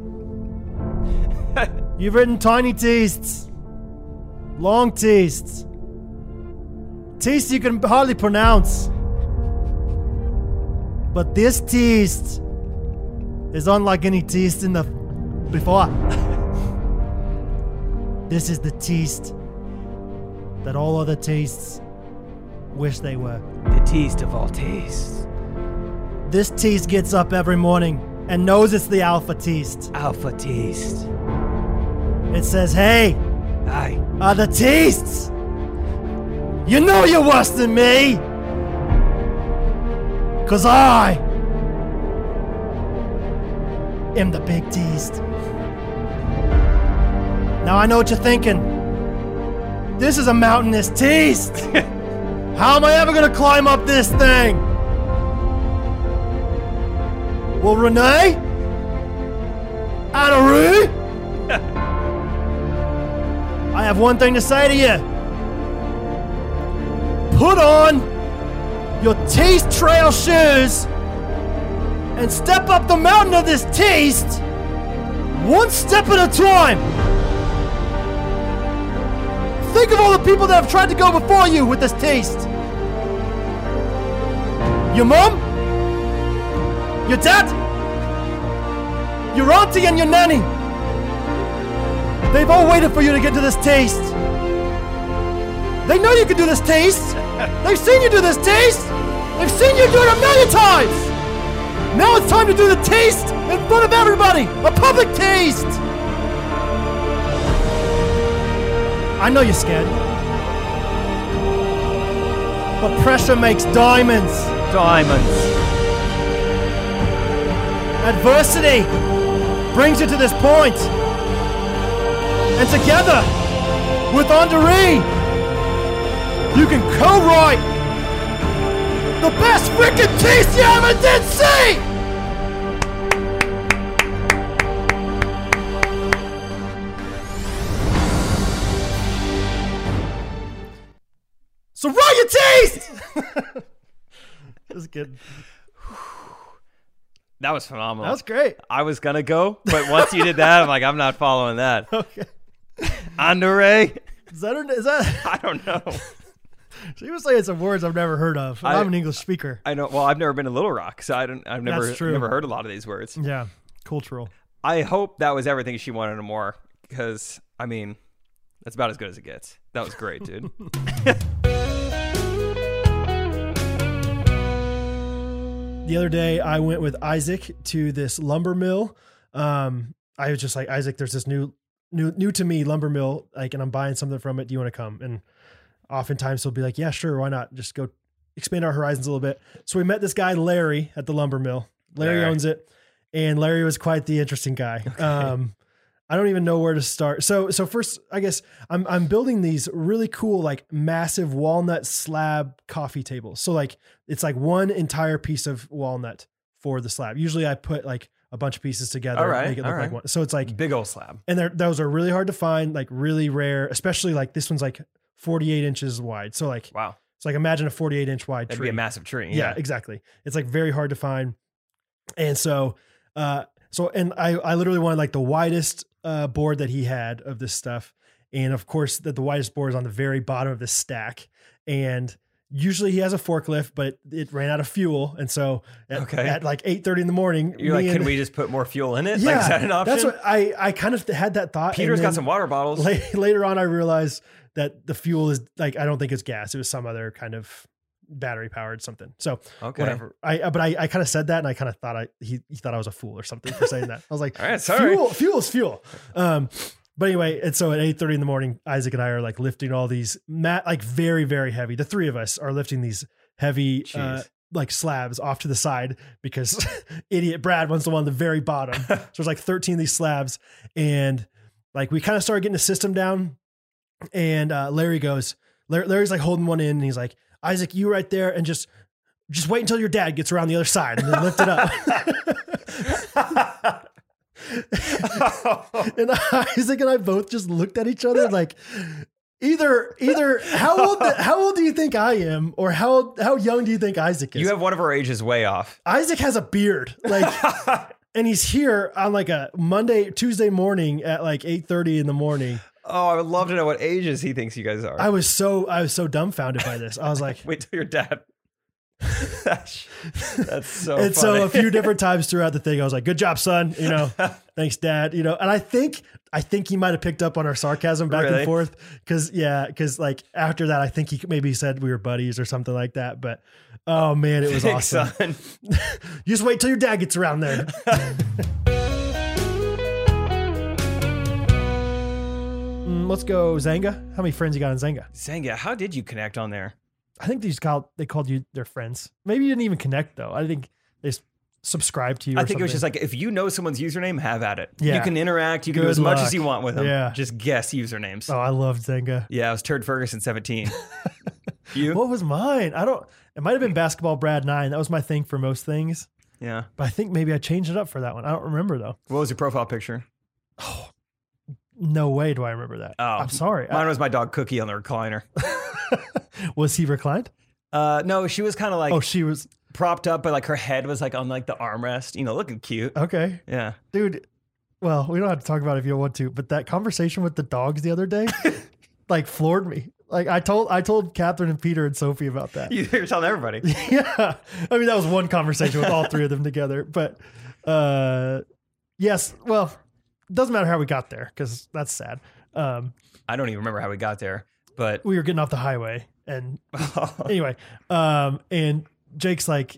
you've written tiny tests, long tests, tests you can hardly pronounce. But this test is unlike any test in the before. (laughs) this is the test that all other tastes wish they were. the taste of all tastes, This tease gets up every morning and knows it's the alpha tease. alpha taste. It says, hey, Hi. are the teasts. You know you're worse than me. Cause I am the big teased. Now I know what you're thinking. This is a mountainous teased. How am I ever gonna climb up this thing? Well, Renee? Anna Rue? I have one thing to say to you. Put on your taste trail shoes and step up the mountain of this taste one step at a time. Think of all the people that have tried to go before you with this taste. Your mom, your dad, your auntie, and your nanny. They've all waited for you to get to this taste. They know you can do this taste. They've seen you do this taste. They've seen you do it a million times. Now it's time to do the taste in front of everybody. A public taste. I know you're scared. But pressure makes diamonds. Diamonds. Adversity brings you to this point. And together with Andrei, you can co write the best freaking taste you ever did see! So write your taste! Just kidding. That was phenomenal. That was great. I was gonna go, but once you did that, I'm like, I'm not following that. Okay. Andre, (laughs) Is that, her, is that I don't know. She was saying some words I've never heard of. I, I- am an English speaker. I know. Well, I've never been to Little Rock, so I don't. I've never That's true. never heard a lot of these words. yeah, cultural. I hope that was everything she wanted and more, because I mean, that's about as good as it gets. That was great, dude. The other day, I went with Isaac to this lumber mill. Um, I was just like, Isaac, there's this new, new, new to me lumber mill. Like, and I'm buying something from it. Do you want to come? And oftentimes he'll be like, Yeah, sure, why not? Just go expand our horizons a little bit. So we met this guy Larry at the lumber mill. Larry Larry. owns it, and Larry was quite the interesting guy. Um, I don't even know where to start. So so first, I guess I'm I'm building these really cool like massive walnut slab coffee tables. So like it's like one entire piece of walnut for the slab. Usually I put like a bunch of pieces together, All right, make it all look like right. one. So it's (laughs) like, Big old slab. and they're, those are really hard to find, like really rare, especially like this one's like 48 inches wide. So like, Wow. it's like imagine a 48 inch wide That'd tree. be a massive tree. yeah, exactly. It's like very hard to find. And so, uh, so, and I, I literally wanted like the widest, uh, board that he had of this stuff. And of course that the widest board is on the very bottom of this stack. And usually he has a forklift, but it ran out of fuel. And so at, Okay. at like eight thirty in the morning, You're me like, and- can we just put more fuel in it? (laughs) like, is that an option? That's what I, I kind of had that thought. and Peter's then got some water bottles. la- Later on, I realized that the fuel is like, I don't think it's gas. It was some other kind of battery powered something. So okay. whatever. I uh, but I, I kind of said that, and I kind of thought I he, he thought I was a fool or something for saying that. I was like, All right, sorry. fuel, (laughs) fuel is fuel. Um, but anyway, and so at eight thirty in the morning, Isaac and I are like lifting all these mat like very very heavy. The three of us are lifting these heavy. Uh, Jeez. like slabs off to the side because (laughs) idiot Brad wants the one on the very bottom. (laughs) So there's like 13 of these slabs. And like we kind of started getting the system down. And uh, Larry goes, Larry, Larry's like holding one in and he's like, Isaac, you right there and just just wait until your dad gets around the other side and then lift it (laughs) up. and (laughs) Isaac and I both just looked at each other like either either how old the, how old do you think I am or how how young do you think Isaac is? (laughs) You have one of our ages (laughs) way off. Isaac has a (laughs) beard. Like and he's here on like a Monday Tuesday morning at like 8:30 in the morning. Oh, I would love to know what ages he thinks you guys are. I was so I was so dumbfounded by this. I was like Wait till your dad. (laughs) That's so. and funny. so a few different times throughout the thing, I was like, "Good job, son." You (laughs) know, thanks, dad. You know, and I think I think he might have picked up on our sarcasm back Really? and forth because yeah, because like after that, I think he maybe said we were buddies or something like that. But oh man, (laughs) it was Thanks, awesome. son. (laughs) You just wait till your dad gets around (laughs) there. Mm, let's go Zanga. How many friends you got in Zanga? Zanga, how did you connect on there? I think they just called they called you their friends. Maybe you didn't even connect though. I think they s- subscribed to you. I or think it was something. just like if you know someone's username, have at it. Yeah. You can interact. You can do Good as much luck. as you want with them. Yeah. Just guess usernames. Oh, I loved Zanga. Yeah, it was Turd (laughs) Ferguson seventeen. you? What was mine? I don't. It might have been basketball Brad nine. That was my thing for most things. Yeah. But I think maybe I changed it up for that one. I don't remember though. What was your profile picture? No way do I remember that. Oh, I'm sorry. Mine was my dog Cookie on the (laughs) recliner. I- (laughs) was he reclined? Uh, no, she was kind of like oh, she was. propped up, but like her head was like on like the armrest. You know, looking cute. Okay, Yeah. (laughs) dude. Well, we don't have to talk about it if you don't want to. But that conversation with the dogs the other (laughs) day, like floored me. Like I told, I told Catherine and Peter and Sophie about that. You- You're telling everybody. (laughs) yeah. I mean, that was one conversation with all three of them together. But uh, yes, well, doesn't matter how we got there because that's sad. Um, I don't even remember how we got there, (laughs) but (laughs) we were getting off the highway, and anyway, um, and Jake's like,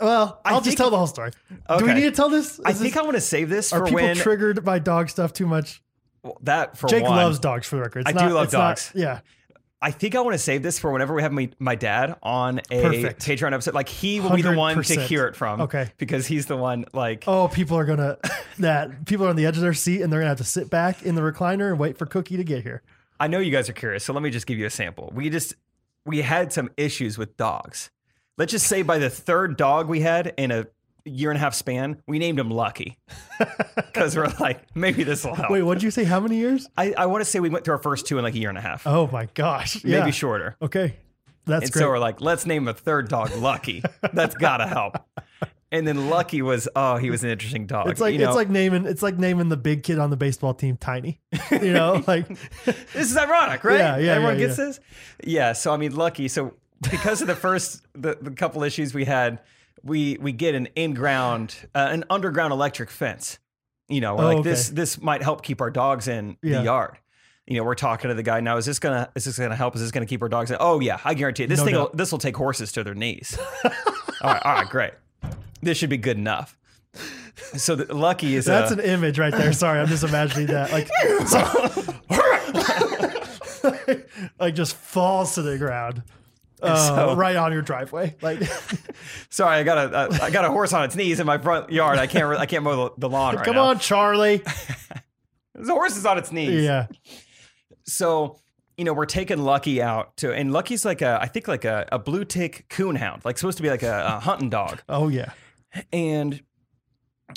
"Well, I I'll just think- tell the whole story. Do we Okay. need to tell this? I Is think this- I want to save this are for people when triggered by dog stuff too much? well, that for Jake one. loves dogs, for the record. It's I do not, love it's not- dogs. yeah, I think I want to save this for whenever we have my, my dad on a Perfect. Patreon episode. Like he will be the one to 100%. hear it from. Okay. Because he's the one like oh, people are gonna (laughs) that people are on the edge of their seat, and they're gonna have to sit back in the recliner and wait for Cookie to get here. I know you guys are curious, so let me just give you a sample. We just we had some issues with dogs. Let's just say by the third dog we had in a year and a half span, we named him (laughs) Lucky. Because we're like, maybe this will help. Wait, what did you say? How many years? I, I want to say we went through our first two in like a year and a half. Oh my gosh. Yeah. Maybe shorter. Okay. That's and great. so we're like, let's name a third dog Lucky. That's gotta help. And then Lucky was, oh, he was an interesting dog. it's like you know, it's like naming it's like naming the big kid on the baseball team tiny. You (laughs) know, like this is ironic, right? Yeah, yeah, Everyone yeah, gets yeah. this. Yeah. So I mean, Lucky. So because of the first the, the couple issues we had, we we get an in ground uh, an underground electric fence. You know, we're Oh, like okay. this this might help keep our dogs in Yeah. the yard. You know, we're talking to the guy now. Is this gonna is this gonna help? Is this gonna keep our dogs in? Oh yeah, I guarantee it. This No thing will, doubt. this will take horses to (laughs) their knees. all right, all right, great. This should be good enough. So the, Lucky is uh, that's a, an image right there. Sorry, I'm just imagining that. Like so- (laughs) like just falls to the (laughs) ground. Uh, so- right on your driveway. Like Sorry, I got a I, I got a horse on its knees in my front yard. I can't re- I can't mow the, the lawn (laughs) right come now. on, (laughs) Charlie. the horse is on its knees. Yeah. So you know we're taking Lucky out to, and Lucky's like a I think like a, a blue tick coon hound, like supposed to be like a, a hunting dog, Oh yeah. and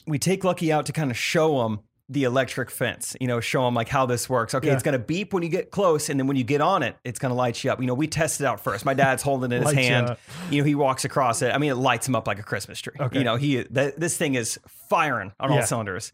we take Lucky out to kind of show him the electric fence, you know, show him like how this works. Okay, Yeah. it's gonna beep when you get close, and then when you get on it, it's gonna light you up. You know, we test it out first. My dad's holding it in his Lights you hand. up. You know, he walks across it. I mean, it lights him up like a Christmas tree. Okay. You know, he th- this thing is firing on Yeah. all cylinders.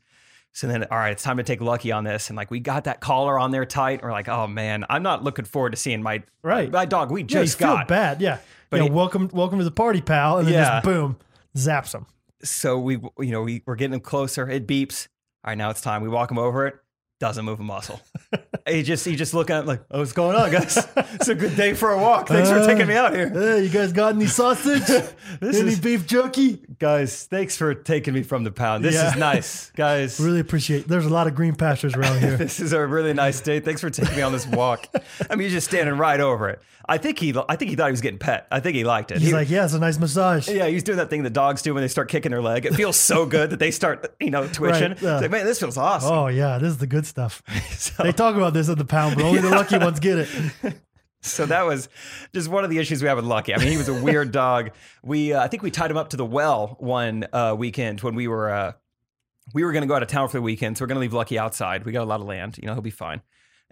So then, all right, it's time to take Lucky on this, and like we got that collar on there tight. And we're like, oh man, I'm not looking forward to seeing my Right. my dog. We Yeah, you just feel got bad. Yeah. But yeah, he- welcome, welcome to the party, pal. And then Yeah. just boom, zaps him. so we you know we, we're getting closer it beeps all right now it's time we walk him over it doesn't move a muscle (laughs) he just he just looking at it like oh, what's going on guys (laughs) it's a good day for a walk thanks for taking me out here Hey, you guys got any (laughs) sausage? any is- beef jerky? guys thanks for taking me from the pound this Yeah. is (laughs) nice guys Really appreciate. There's a lot of green pastures around (laughs) here. this is a really nice day thanks for taking me on this (laughs) walk i mean he's just standing right over it i think he i think he thought he was getting pet i think he liked it He's He- like, yeah, it's a nice massage. Yeah, he's doing that thing the dogs do when they start kicking their leg. It feels so good that they start, you (laughs) know, twitching. yeah. It's like, man, this feels awesome. Oh yeah, this is the good (laughs) stuff. (laughs) So- They talk about this at the pound, but only the lucky ones get it. (laughs) So that was just one of the issues we had with Lucky. I mean, he was a (laughs) weird dog. We, uh, I think we tied him up to the well one uh, weekend when we were, uh, we were going to go out of town for the weekend. So we're going to leave Lucky outside. We got a lot of land. You know, he'll be fine.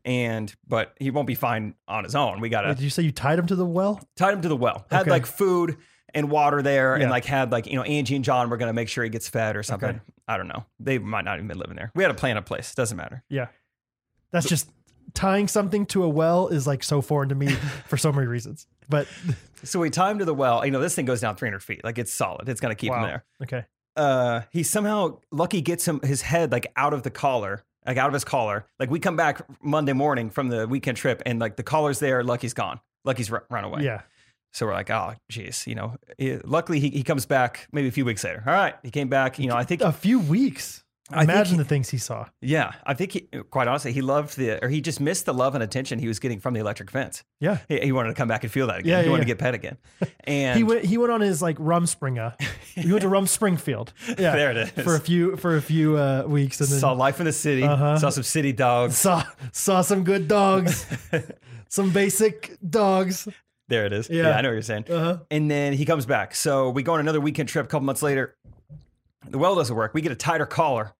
And, but he won't be fine on his own. We got to Did you say you tied him to the well? tied him to the well. Had Okay. like food and water there, Yeah. and like had like you know Angie and John were gonna make sure he gets fed or something. I don't know. They might not even been living there. We had a plan in place. Doesn't matter. Yeah. That's just tying something to a well is like so foreign to (laughs) me for so many reasons. But So we tied him to the well. You know, this thing goes down 300 feet. Like it's solid. It's gonna keep wow. him there. Okay. uh he somehow lucky gets him his head like out of the collar like out of his collar like we come back monday morning from the weekend trip and like the collar's there lucky's gone lucky's r- run away Yeah. so we're like oh geez you know Eh, luckily he, he comes back maybe a few weeks later all right he came back you know i think A few weeks. I think Imagine he- the things he saw. yeah i think he, quite honestly he loved the or he just missed the love and attention he was getting from the electric fence Yeah. he, he wanted to come back and feel that again Yeah, he yeah, wanted yeah. to get pet again (laughs) and he went he went on his like Rumspringa. he (laughs) went to Rumspringfield. Yeah. there it is For a few for a few uh, weeks and then saw life in the city Uh-huh. saw some city dogs saw saw some good (laughs) dogs. some basic dogs. There it is. Yeah. Yeah. I know what you're saying. Uh-huh. And then he comes back. So we go on another weekend trip a couple months later. The well doesn't work. We get a tighter collar.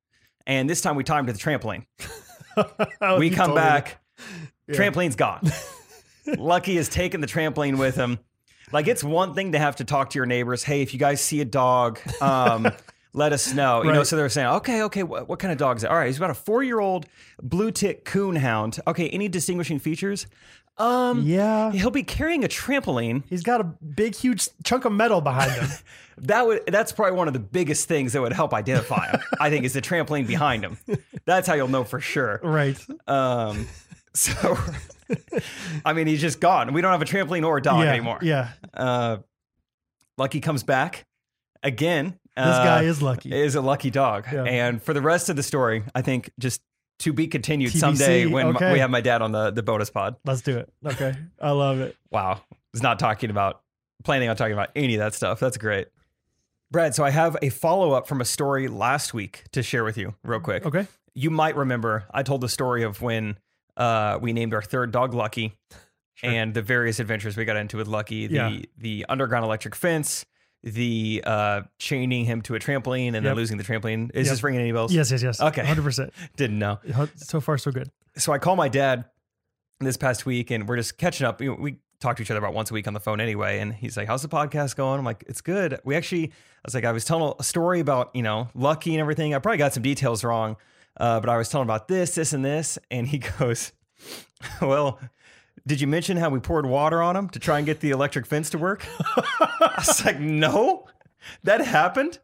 And this time we tie him to the trampoline. we You come told me that. back. Trampoline's gone. Lucky is taking the trampoline with him. Like it's one thing to have to talk to your neighbors. Hey, if you guys see a dog, um, let us know. You know, Right. so they're saying, okay, okay, what, what kind of dog is it? All right, he's about a four-year-old blue tick coon hound. Okay, any distinguishing features? Um, Yeah. he'll be carrying a trampoline. He's got a big huge chunk of metal behind him. That would that's probably one of the biggest things that would help identify him. I think is the trampoline behind him. That's how you'll know for sure. (laughs) right. Um, so, I mean, he's just gone. We don't have a trampoline or a dog yeah. anymore. Yeah. Uh, Lucky comes back again. uh, This guy is lucky. is a lucky dog. Yeah. And for the rest of the story, I think just to be continued TBC, someday when m- okay. we have my dad on the the bonus pod. Let's do it. Okay. I love it. Wow. Is not talking about planning on talking about any of that stuff. That's great. Brad, so I have a follow up from a story last week to share with you real quick. Okay. You might remember I told the story of when uh, we named our third dog Lucky and the various adventures we got into with Lucky, the Yeah. the underground electric fence, the uh, chaining him to a trampoline and Yep. then losing the trampoline. Is Yep. this ringing any bells? Yes, yes, yes. Okay. 100%. Didn't know. Hu- So far so good. so I call my dad this past week and we're just catching up. You know, we talk to each other about once a week on the phone anyway. And he's like, How's the podcast going? I'm like, It's good. We actually, I was like, I was telling a story about, you know, Lucky and everything. I probably got some details wrong, uh, but I was telling about this, this, and this. And he (laughs) goes, (laughs) Well, did you mention how we poured water on him to try and get the electric fence (laughs) to work? I was like, No, that happened.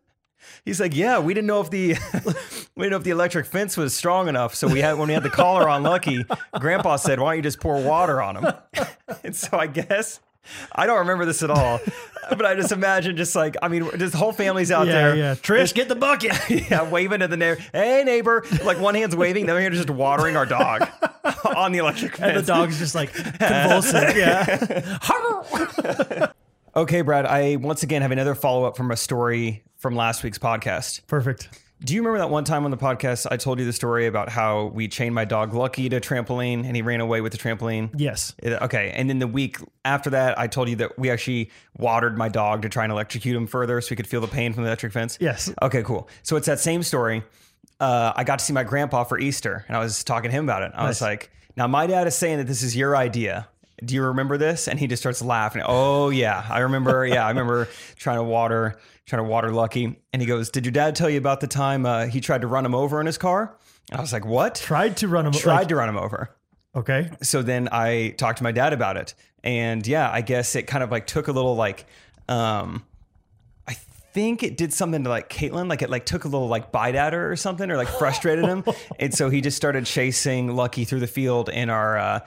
He's like, yeah, we didn't know if the (laughs) we didn't know if the electric fence was strong enough. So we had when we had the collar on Lucky, Grandpa said, why don't you just pour water on him? (laughs) and so I guess I don't remember this at all, but I just imagine just like I mean, this whole family's out yeah, there, yeah. Trish, get the bucket. (laughs) yeah, waving at the neighbor, hey neighbor, like one hand's waving, the other hand is just watering our dog (laughs) on the electric fence. and the dog's just like convulsing. yeah. okay, Brad, I once again have another follow up from a story from last week's podcast. (laughs) Perfect. Do you remember that one time on the podcast I told you the story about how we chained my dog Lucky to a trampoline and he ran away with the trampoline? Yes. Yeah, Okay. And then the week after that, I told you that we actually watered my dog to try and electrocute him further so he could feel the pain from the electric fence. Yes. Okay, cool. So it's that same story. Uh, I got to see my grandpa for Easter and I was talking to him about it. I was Nice. like, now my dad is saying that this is your idea. Do you remember this? And he just starts laughing. Oh yeah, I remember. Yeah, I remember (laughs) trying to water, trying to water Lucky. And he goes, "Did your dad tell you about the time uh, he tried to run him over in his car?" And I was like, "What? Tried to run him. Tried like- to run him over?" Okay. so then I talked to my dad about it. And yeah, I guess it kind of like took a little like um I think it did something to like Caitlin, like it like took a little like bite at her or something, or like frustrated (laughs) him. and so he just started chasing Lucky through the field in our uh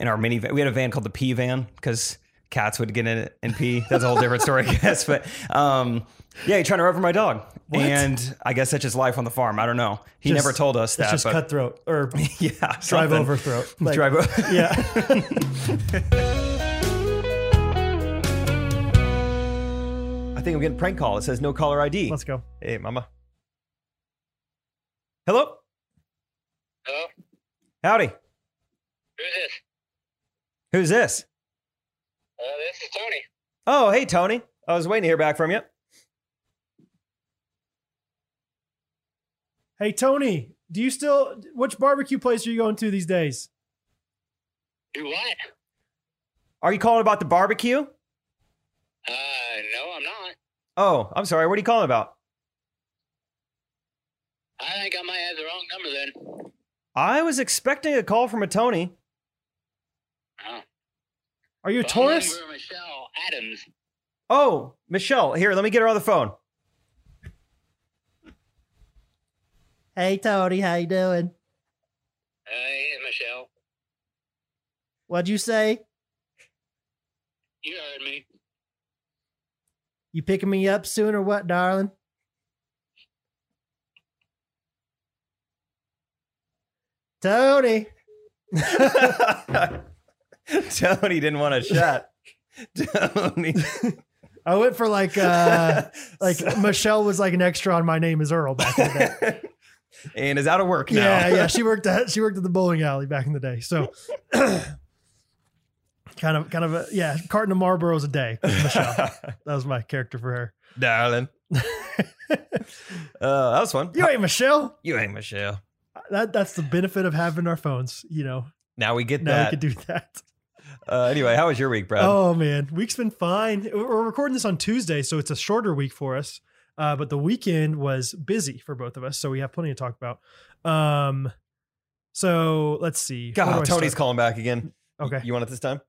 in our minivan. We had a van called the P van because cats would get in it and pee. That's a whole different story, (laughs) I guess. But um yeah, he tried to run over my dog. And I guess that's just life on the farm. I don't know. He Just- never told us that. It's just but cutthroat or (laughs) yeah, drive something. over throat. Like, drive over. Yeah. I think I'm getting a prank call. It says no caller ID. Let's go. Hey, mama. Hello. Hello? Howdy. Who's this? Who's this? Uh, this is Tony. Oh, hey, Tony. I was waiting to hear back from you. Hey Tony, do you still which barbecue place are you going to these days? Do what? Are you calling about the barbecue? Uh, no, I'm not. Oh, I'm sorry. What are you calling about? I think I might have the wrong number then. I was expecting a call from a Tony. Oh. Are you a Phone Taurus? Number Michelle Adams. Oh, Michelle, here, let me get her on the phone. (laughs) Hey Tony, how you doing? Uh, hey, Michelle. What'd you say? You heard me. You picking me up soon or what, darling? Tony, Tony didn't want to (laughs) chat. (laughs) Tony. I went for like uh (laughs) like (laughs) Michelle was like an extra on My Name Is Earl back in (laughs) the day. and is out of work now. Yeah, yeah. She worked at she worked at the bowling alley back in the day. So (clears throat) kind of kind of a yeah, carton of Marlboros a day. Michelle. that was my character for her. (laughs) (laughs) Darling. uh, that was fun. You ain't Michelle. You ain't Michelle. That that's the benefit of having our phones, you know. Now we get Now that. we can do that. uh, anyway, how was your week, Brad? Oh man, week's been fine. We're we're recording this on Tuesday, so it's a shorter week for us. Uh, but the weekend was busy for both of us, so we have plenty to talk about. Um, so let's see. Where do I God, Tony's start? calling back again. Okay. You want it this time?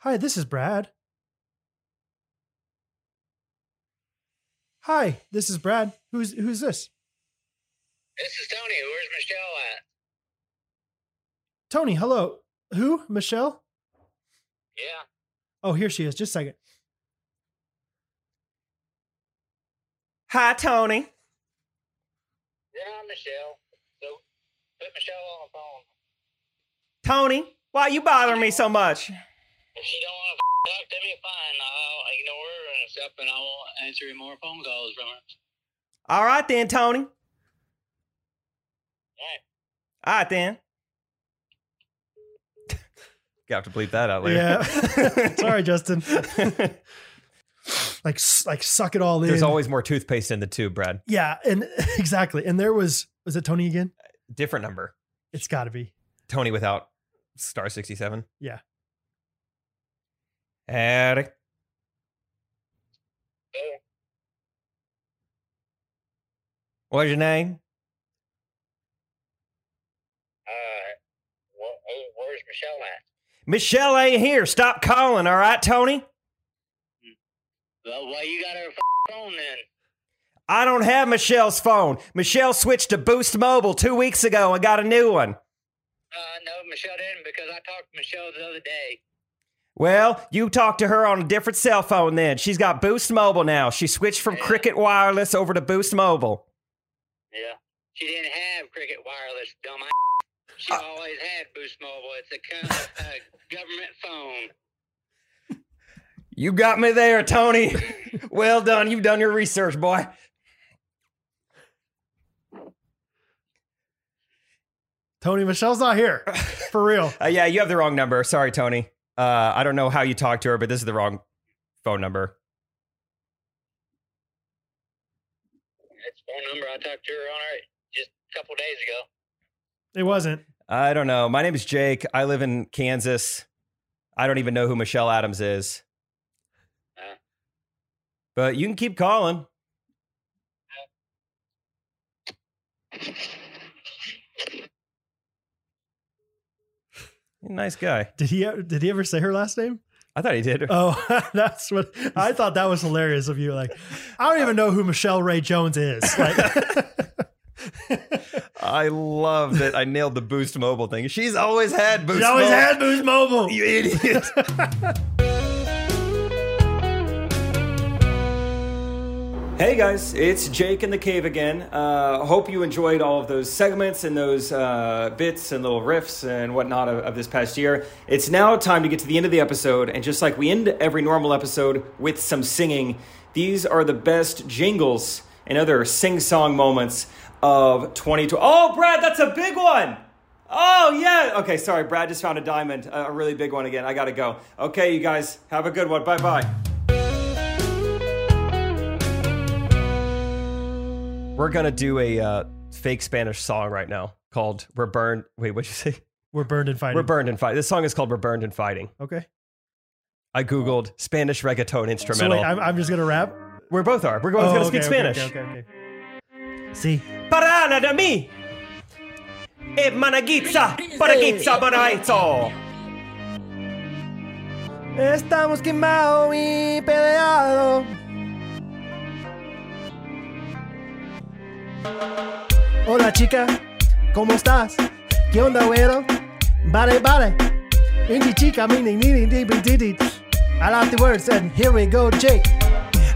Hi, this is Brad. Hi, this is Brad. Who's who's this? This is Tony. Where's Michelle at? Tony. Hello. Who? Michelle? Yeah. Oh, here she is. Just a second. Hi, Tony. Yeah, Michelle. So, put Michelle on the phone. Tony, why you bothering me so much? If she don't want to talk to me, fine. I'll ignore her and stuff, and I won't answer any more phone calls from her. All right then, Tony. All right. All right then. (laughs) you have to bleep that out later. (laughs) Yeah. Sorry, Justin. Like s- like suck it all in. (laughs) There's always more toothpaste in the tube, Brad. yeah, (laughs) and exactly. And there was was it Tony again? Different number. It's got to be. Tony without star 67. Yeah. Howdy. Hey. What's your name? Uh, wh- who- where's Michelle at? Michelle ain't here. Stop calling, all right, Tony? Well, why you got her phone then? I don't have Michelle's phone. Michelle switched to Boost Mobile two weeks ago and got a new one. Uh, no, Michelle didn't because I talked to Michelle the other day. Well, you talked to her on a different cell phone then. She's got Boost Mobile now. She switched from Cricket Wireless over to Boost Mobile. Yeah. She didn't have Cricket Wireless, dumb ass. She always had Boost Mobile. It's a co- uh, government phone. You got me there, Tony. well done. You've done your research, boy. Tony, Michelle's not (laughs) here. For real. Uh, yeah, you have the wrong number. Sorry, Tony. Uh, I don't know how you talked to her, but this is the wrong phone number. That's phone number I talked to her on her just a couple days ago. It wasn't. I don't know. My name is Jake. I live in Kansas. I don't even know who Michelle Adams is. But you can keep calling. Nice guy. Did he did he ever say her last name? I thought he did. Oh, (laughs) that's what I thought that was hilarious of you. Like, I don't even know who Michelle Ray Jones (laughs) is. Like (laughs) I love that I nailed the Boost Mobile thing. She's always had Boost she always Mobile. had Boost Mobile. Oh, you idiot. Hey guys, it's Jake in the cave again. Uh, hope you enjoyed all of those segments and those uh, bits and little riffs and whatnot of, of this past year. It's now time to get to the end of the episode, and just like we end every normal episode with some singing, these are the best jingles and other sing song moments of 2020. Oh, Brad, that's a big one! Oh, yeah! Okay, sorry, Brad just found a diamond, a a really big one again. I gotta go. Okay, you guys, have a good one. Bye bye. We're gonna do a uh, fake Spanish song right now called "We're Burned." Wait, what'd you say? We're burned in fighting. We're burned in fighting. This song is called "We're Burned in Fighting." okay. I googled Spanish reggaeton So instrumental. wait, I'm, I'm just gonna rap. We're both are. We're both Oh, gonna okay, speak Spanish. Okay, okay, okay, okay. See, Parana de mi. E managitza, paragitza, paraizo. Estamos quemado y peleado. Hola chica, ¿cómo estás? ¿Qué onda, güero? Vale, vale. Indy chica, meaning, meaning, deep, deep, deep. I love the words, and here we go, Jake.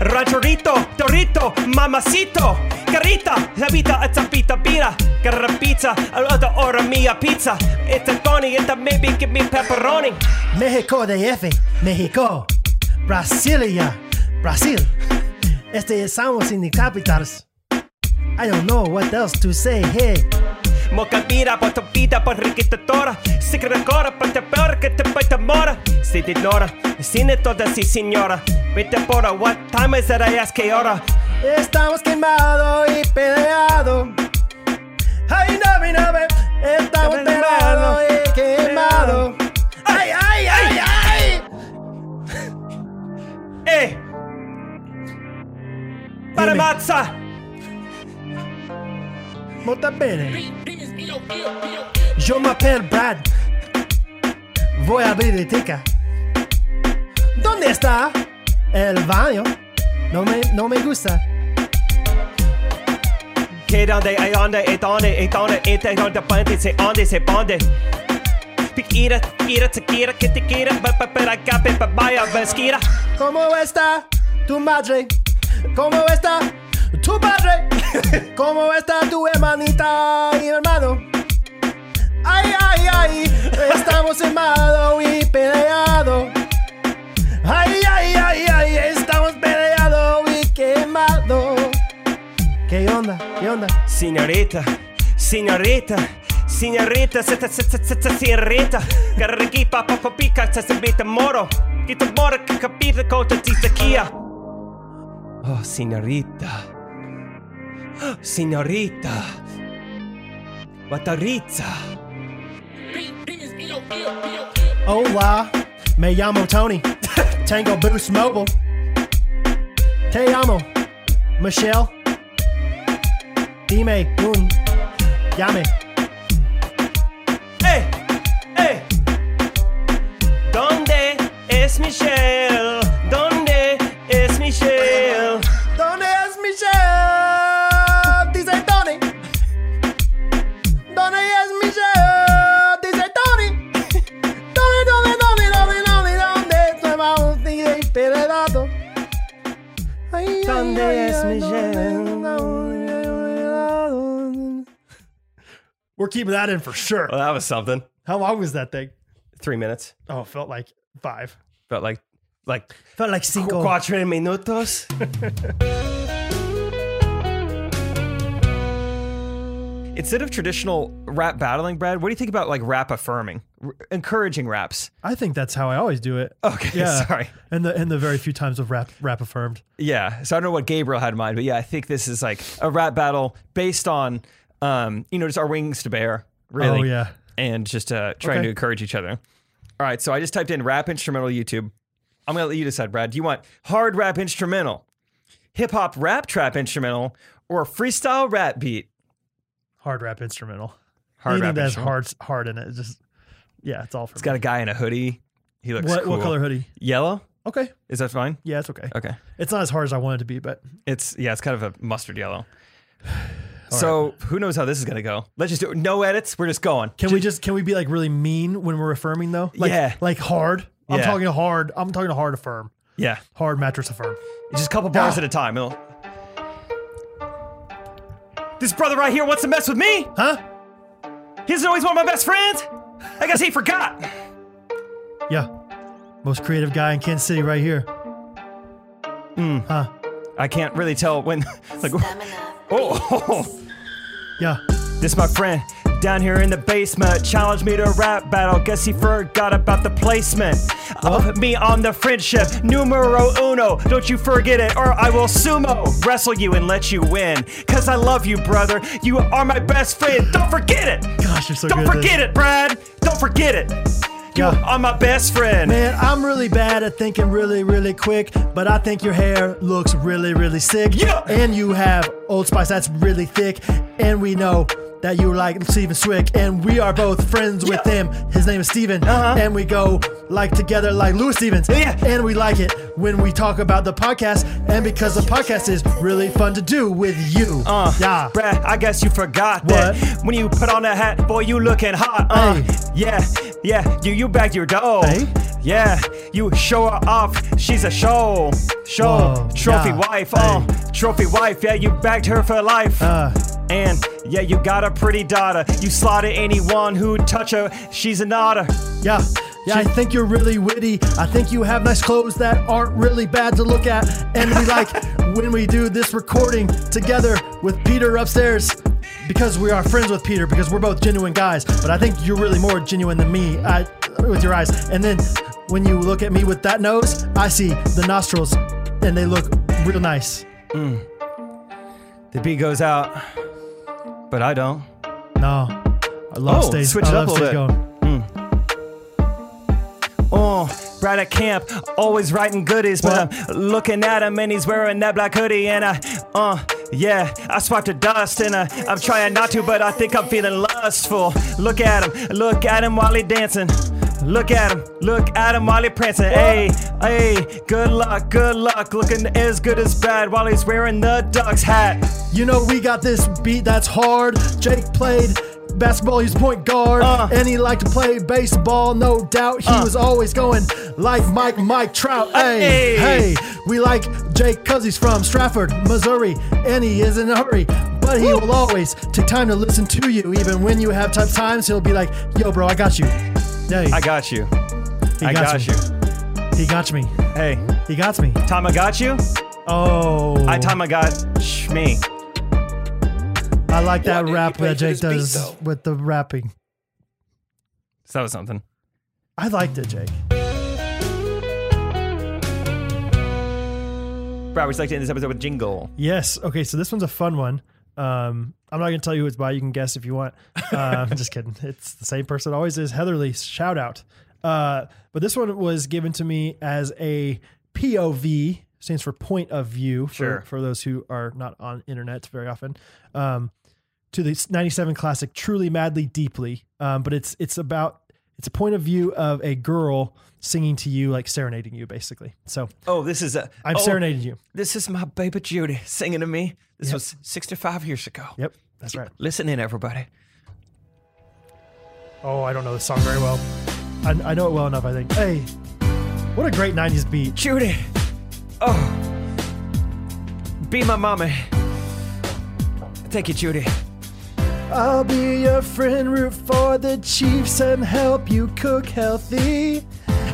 Rancherito, torito, mamacito, carita, sabita, zapita, pira, carra pizza, otra hora mia pizza. It's a coney, it's a maybe give me pepperoni. México DF, México. Brasilia, Brasil. Este estamos in the capitals. I don't know what else to say, hey. Mocadira, bota vida, por riquitatora. Se crê agora, bota pera, que te baita mora. Se ignora, ensina toda si senhora. Vete embora, what time is it? I ask que hora. Estamos quemado y peleado. Ay, no, mi nave. Estamos peleado y quemado. Ay, ay, ay, ay. Ei! Para mazza! Mota bene. Yo me apel Brad. Voy a abrir el tica. ¿Dónde está el baño? No me, no me gusta. Che donde, ai onde, e donde, e donde, e te donde, pante, se onde, se bonde. Piquira, tira, tequira, que tequira, pa pa para acá, pe pa vaya, vesquira. ¿Cómo está tu madre? ¿Cómo está tu padre? ¿Cómo está tu hermanita y hermano? ¡Ay, ay, ay! Estamos armados y peleados. ¡Ay, ay, ay, ay! Estamos peleados y quemados. ¿Qué onda? ¿Qué onda? Signorita, signorita, signorita, se se se se se signorita. Carreghi papa papica, se se mette moro. Chi te moro, che capite cosa ti tacchia. Oh, signorita. Signorita. Guatarizza. Oh, Hola, me llamo Tony. (laughs) Tango Boost Mobile. Te llamo Michelle. Dime un llame. ¡Eh! ¡Eh! ¿Dónde es Michelle? ¿Dónde es Michelle? ¿Dónde es Michelle? Dice Tony. ¿Dónde es Michelle? Dice Tony. ¿Dónde, dónde, dónde, dónde, dónde, dónde? Tu hermano sigue pedazo. Ay, ¿Dónde es Michelle? we're keeping that in for sure. Well, that was something. How long was that thing? Three minutes. Oh, it felt like five. But like, like felt like cinco cuatro minutos. Instead of traditional rap battling, Brad, what do you think about like rap affirming, R- encouraging raps? I think that's how I always do Oh, (laughs) it. Okay, (laughs) sorry. And the and the very few times of rap rap affirmed. Yeah. So I don't know what Gabriel had in mind, but yeah, I think this is like a rap battle based on, um, you know, just our wings to bear, really. Oh, yeah. And just uh, trying Okay. to encourage each other. All right. So I just typed in rap instrumental YouTube. I'm going to let you decide, Brad. Do you want hard rap instrumental, hip hop rap trap instrumental, or freestyle rap beat? Hard rap instrumental. Hard Anything rap that has instrumental. hard hard in it. It's just yeah, it's all for It's me. got a guy in a hoodie. He looks What- cool. what color hoodie? Yellow. Okay. Is that fine? Yeah, it's okay. Okay. It's not as hard as I wanted to be, but It's yeah, it's kind of a mustard yellow. (sighs) so who knows how this is gonna go? Let's just do it. No edits. We're just going. can we just can we be like really mean when we're affirming though? Like, Yeah. Like hard. I'm Yeah. talking hard. I'm talking hard affirm. Yeah. Hard mattress affirm. Just a couple bars at a time. It'll- This brother right here wants to mess with me? Huh? He doesn't know he's one of my best friends? I guess he forgot. Yeah. Most creative guy in Kansas City right here. Mm. Huh. I can't really tell when. (laughs) like, (laughs) oh. Yeah. This my friend down here in the basement challenged me to rap battle. Guess he forgot about the placement. I'll put me on the friendship numero uno. Don't you forget it, or I will sumo wrestle you and let you win. Cause I love you, brother. You are my best friend. Don't forget it. Gosh, you're so Don't good. at this. forget it, Brad. Don't forget it. You Yeah. are my best friend. Man, I'm really bad at thinking really, really quick, but I think your hair looks really, really sick. Yeah. And you have Old Spice that's really thick, and we know that you like Steven Swick, and we are both friends with Yeah. him. His name is Steven, Uh-huh. and we go like together like Louis Stevens. Yeah. And we like it when we talk about the podcast, and because the podcast is really fun to do with you. Uh, yeah. Brad, I guess you forgot that when you put on that hat, boy, you looking hot. Uh, Hey. Yeah, yeah, you you back your dough. Hey. Yeah, you show her off. She's a show, show Whoa, trophy yeah. wife. Oh, trophy wife. Yeah, you backed her for life. Uh, and yeah, you got a pretty daughter. You slaughter anyone who touch her. She's an otter. Yeah. Yeah, I think you're really witty. I think you have nice clothes that aren't really bad to look at. And we (laughs) like when we do this recording together with Peter upstairs because we are friends with Peter because we're both genuine guys. But I think you're really more genuine than me I, with your eyes. And then when you look at me with that nose, I see the nostrils and they look real nice. The beat goes out, but I don't. No. I love Oh, stage. switch I it love up a little stage bit. going. Oh, Brad at camp, always writing goodies, but I'm looking at him and he's wearing that black hoodie and I, uh, yeah, I swiped the dust and I, I'm trying not to, but I think I'm feeling lustful. Look at him, look at him while he dancing. Look at him, look at him while he prancing. Hey, hey, good luck, good luck. Looking as good as bad while he's wearing the Ducks hat. You know, we got this beat that's hard. Jake played basketball, he's point guard, Uh. and he liked to play baseball, no doubt. He Uh. was always going like Mike, Mike Trout. Hey. Hey, hey, we like Jake because he's from Stratford, Missouri, and he is in a hurry. But he will always take time to listen to you, even when you have tough times. He'll be like, "Yo, bro, I got you." Hey, I got you. he I got me. you. He got me. Hey, He got me. time I got you, Oh, I time I got sh- me. I like that did rap he play that for Jake this beat, does though? with the rapping. So that was something. I liked it, Jake. Brad, would you like to end this episode with jingle? Yes. Okay. So this one's a fun one. Um, I'm not going to tell you who it's by. You can guess if you (laughs) want. Uh, I'm just kidding. It's the same person it always is. Heatherly, shout out. Uh, but this one was given to me as a POV, stands for point of view for, Sure. for those who are not on internet very often. Um, to the 97 classic, truly, madly, deeply. Um, but it's it's about it's a point of view of a girl singing to you, like serenading you, basically. So Oh, this is a. I'm oh, serenading you. This is my baby Judy singing to me. This was 65 years ago. Yep, that's right. Listen in, everybody. Oh, I don't know this song very well. I, I know it well enough, I think. Hey, what a great 90s beat. Judy! Oh! Be my mommy. Thank you, Judy. I'll be your friend, root for the Chiefs, and help you cook healthy.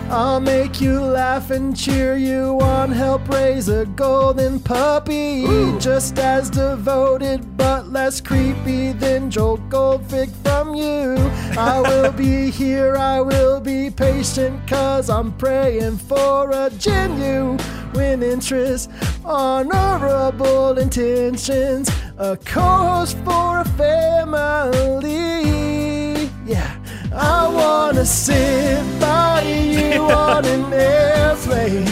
I'll make you laugh and cheer you on. Help raise a golden puppy. Just as devoted, but less creepy than Joel Goldfick from you. I will be here, I will be patient, cause I'm praying for a genuine interest. Honorable intentions, a co host for a family. Yeah. I wanna sit by you on an airplane,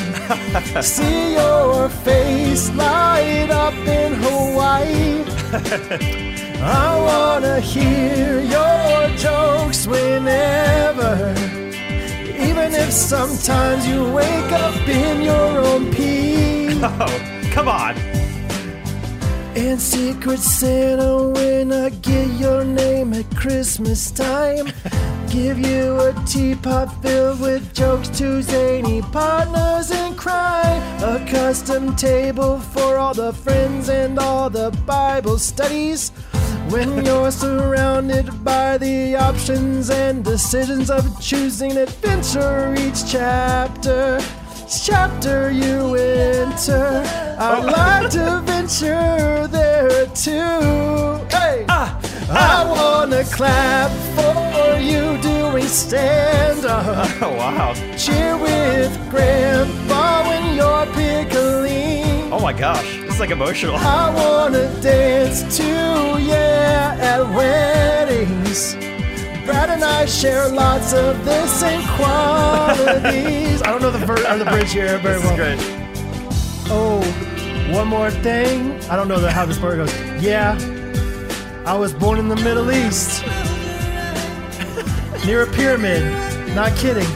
see your face light up in Hawaii. I wanna hear your jokes whenever, even if sometimes you wake up in your own pee. Oh, come on. And Secret Santa, when I get your name at Christmas time, give you a teapot filled with jokes to zany partners in crime. A custom table for all the friends and all the Bible studies. When you're surrounded by the options and decisions of choosing adventure each chapter, chapter you enter, I'd like to venture there too. Hey! I wanna clap for you doing stand up. Oh, wow. Cheer with Grandpa when you're pickling. Oh my gosh. It's (laughs) like emotional. I wanna dance too, yeah, at weddings. Brad and I share lots of the same qualities. I don't know the ver- or the bridge here very This is well. great. Oh, one more thing. I don't know the, how this part goes. Yeah, I was born in the Middle East, near a pyramid. Not kidding.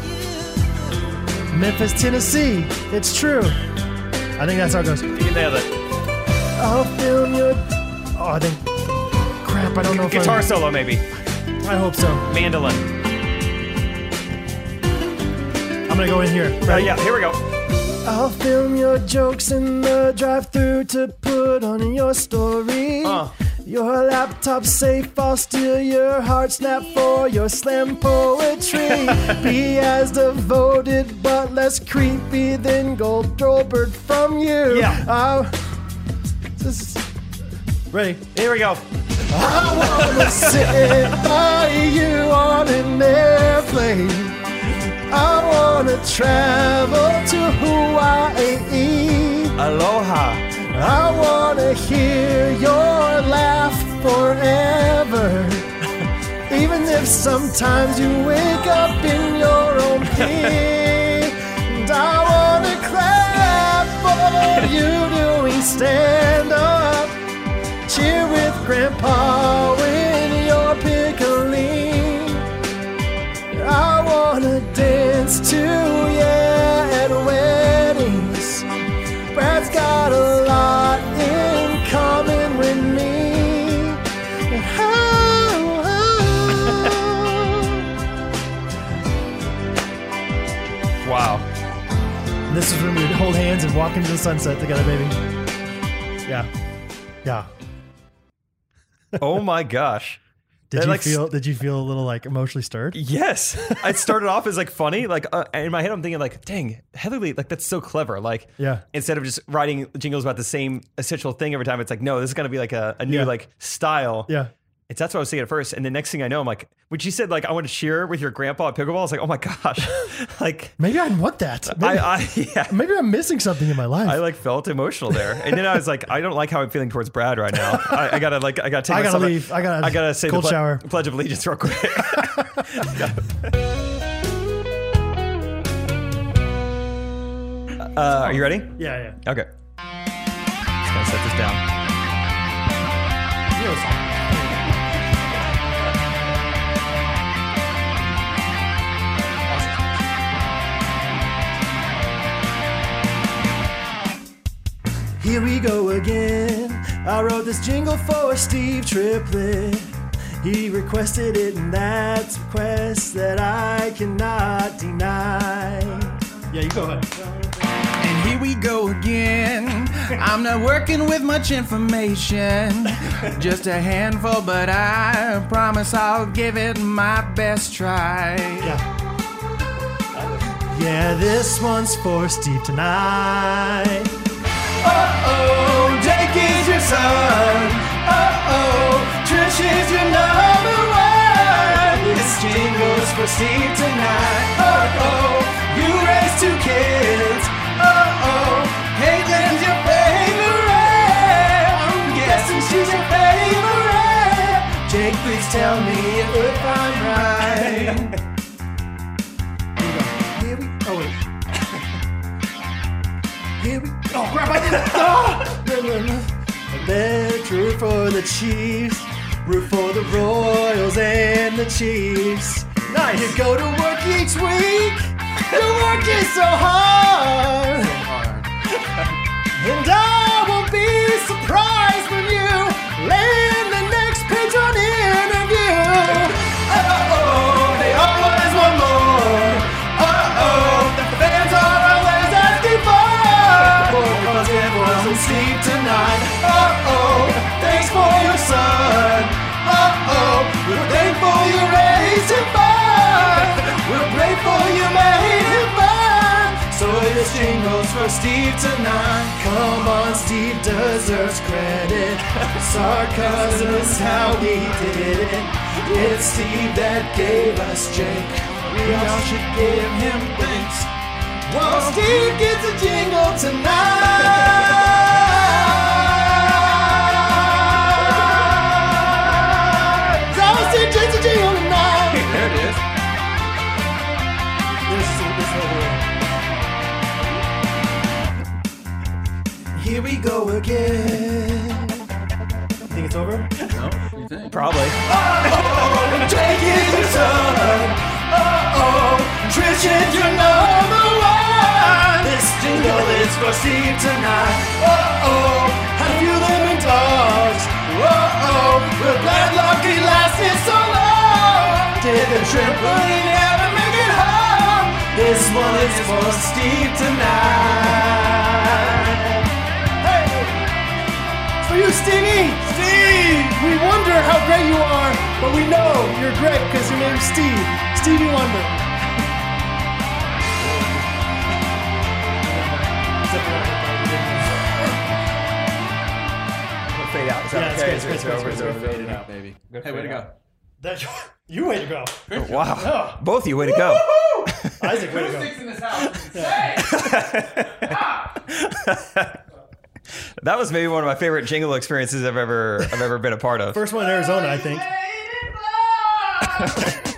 Memphis, Tennessee. It's true. I think that's how it goes. You can nail it. I'll film your. Oh, I think. Crap, I don't know if Guitar I. solo, maybe. I hope so. Mandolin. Uh, I'm gonna go in here. Oh, yeah, here we go. I'll film your jokes in the drive through to put on your story. Uh. Your laptop safe, I'll steal your heart snap for your slam (laughs) poetry. Be as devoted but less creepy than Gold Dolbert from you. Yeah. I'll- This is- Ready. Here we go. I wanna sit by you on an airplane. I wanna travel to Hawaii. (laughs) Aloha. I wanna hear your laugh forever. Even if sometimes you wake up in your own pee. And I wanna clap for you doing stand up. Cheer with Grandpa when you're pickling. I wanna dance too, yeah, at weddings. Brad's got a lot in common with me. And how- Wow. this is when we'd hold hands and walk into the sunset together, baby. Yeah. Yeah. Oh my gosh. Did That, you like, feel did you feel a little like emotionally stirred? Yes, (laughs) I started off as like funny, like uh, in my head I'm thinking like, dang, Heatherly, like that's so clever. Like, Yeah. Instead of just writing jingles about the same essential thing every time, it's like, no, this is gonna be like a, a new Yeah. like style. Yeah. It's that's what I was thinking at first, and the next thing I know, I'm like, when she said like I want to cheer with your grandpa at pickleball, I was like, oh my gosh, (laughs) like Maybe I want that. Maybe, I, I (laughs) yeah. maybe I'm missing something in my life. I like felt emotional there, and then I was like, I don't like how I'm feeling towards Brad right now. I, I gotta like, I gotta (laughs) take. I gotta myself- leave. I gotta- I gotta say cold the ple- shower. Pledge of Allegiance real quick. (laughs) Uh, are you ready? yeah, yeah. Okay. Just gonna set this down. Here we go again. I wrote this jingle for Steve Triplett. He requested it, and that's a request that I cannot deny. Yeah, you go ahead. And here we go again. I'm not working with much information, (laughs) just a handful, but I promise I'll give it my best try. Yeah. Yeah, this one's for Steve tonight. Uh-oh, Oh, Jake is your son. Uh-oh, Trish is your number one. This jingle's for Steve tonight. Uh-oh, you raised two kids. Uh-oh, Caitlin's your favorite. I'm guessing she's your favorite. Jake, please tell me if I'm right. (laughs) Here we go. Here we oh wait. Here we oh crap I did it. (laughs) Ah! No, no, no. Let's root for the Chiefs. Root for the Royals and the Chiefs. Nice. You go to work each week. You're working so hard. and I won't be surprised when you land the next pitch on interview. Uh-oh, they always want more. Uh-oh, the fans are always asking for more. Because it wasn't Steve tonight. Uh-oh, thanks for your son. Uh-oh, we're thankful you raised him fun. We're grateful you made him fun. So this jingle's for Steve tonight. Come on, Steve deserves credit. Sarcasm is how we did it. It's Steve that gave us Jake. We all should give him thanks. Well, Steve gets a jingle tonight. So Steve gets a jingle tonight. (laughs) There it is. This is this Here we go again. Think it's over? No, what do you think? Probably. Oh, Jake is your son. Oh, Trish is your number one. This jingle is for Steve tonight. Oh, have you living dogs? Oh, we're glad lucky lasted so long. Did the trip really never make it home? This one is for Steve tonight. Hey! For you, Stevie! Steve! We wonder how great you are, but we know you're great because your name's Steve. Stevie Wonder. Fade out. Is Yeah, it's okay? great, Is it's great, it it's great, over? it's Is it great. over? Fade it out, baby. Good Hey, way to fade Uh, go. out. That, (laughs) you way to go. Wow. Both of you, way to go. Isaac, way to go. in this house? That was maybe one of my favorite jingle experiences I've ever I've ever been a part of. First one in Arizona, I think.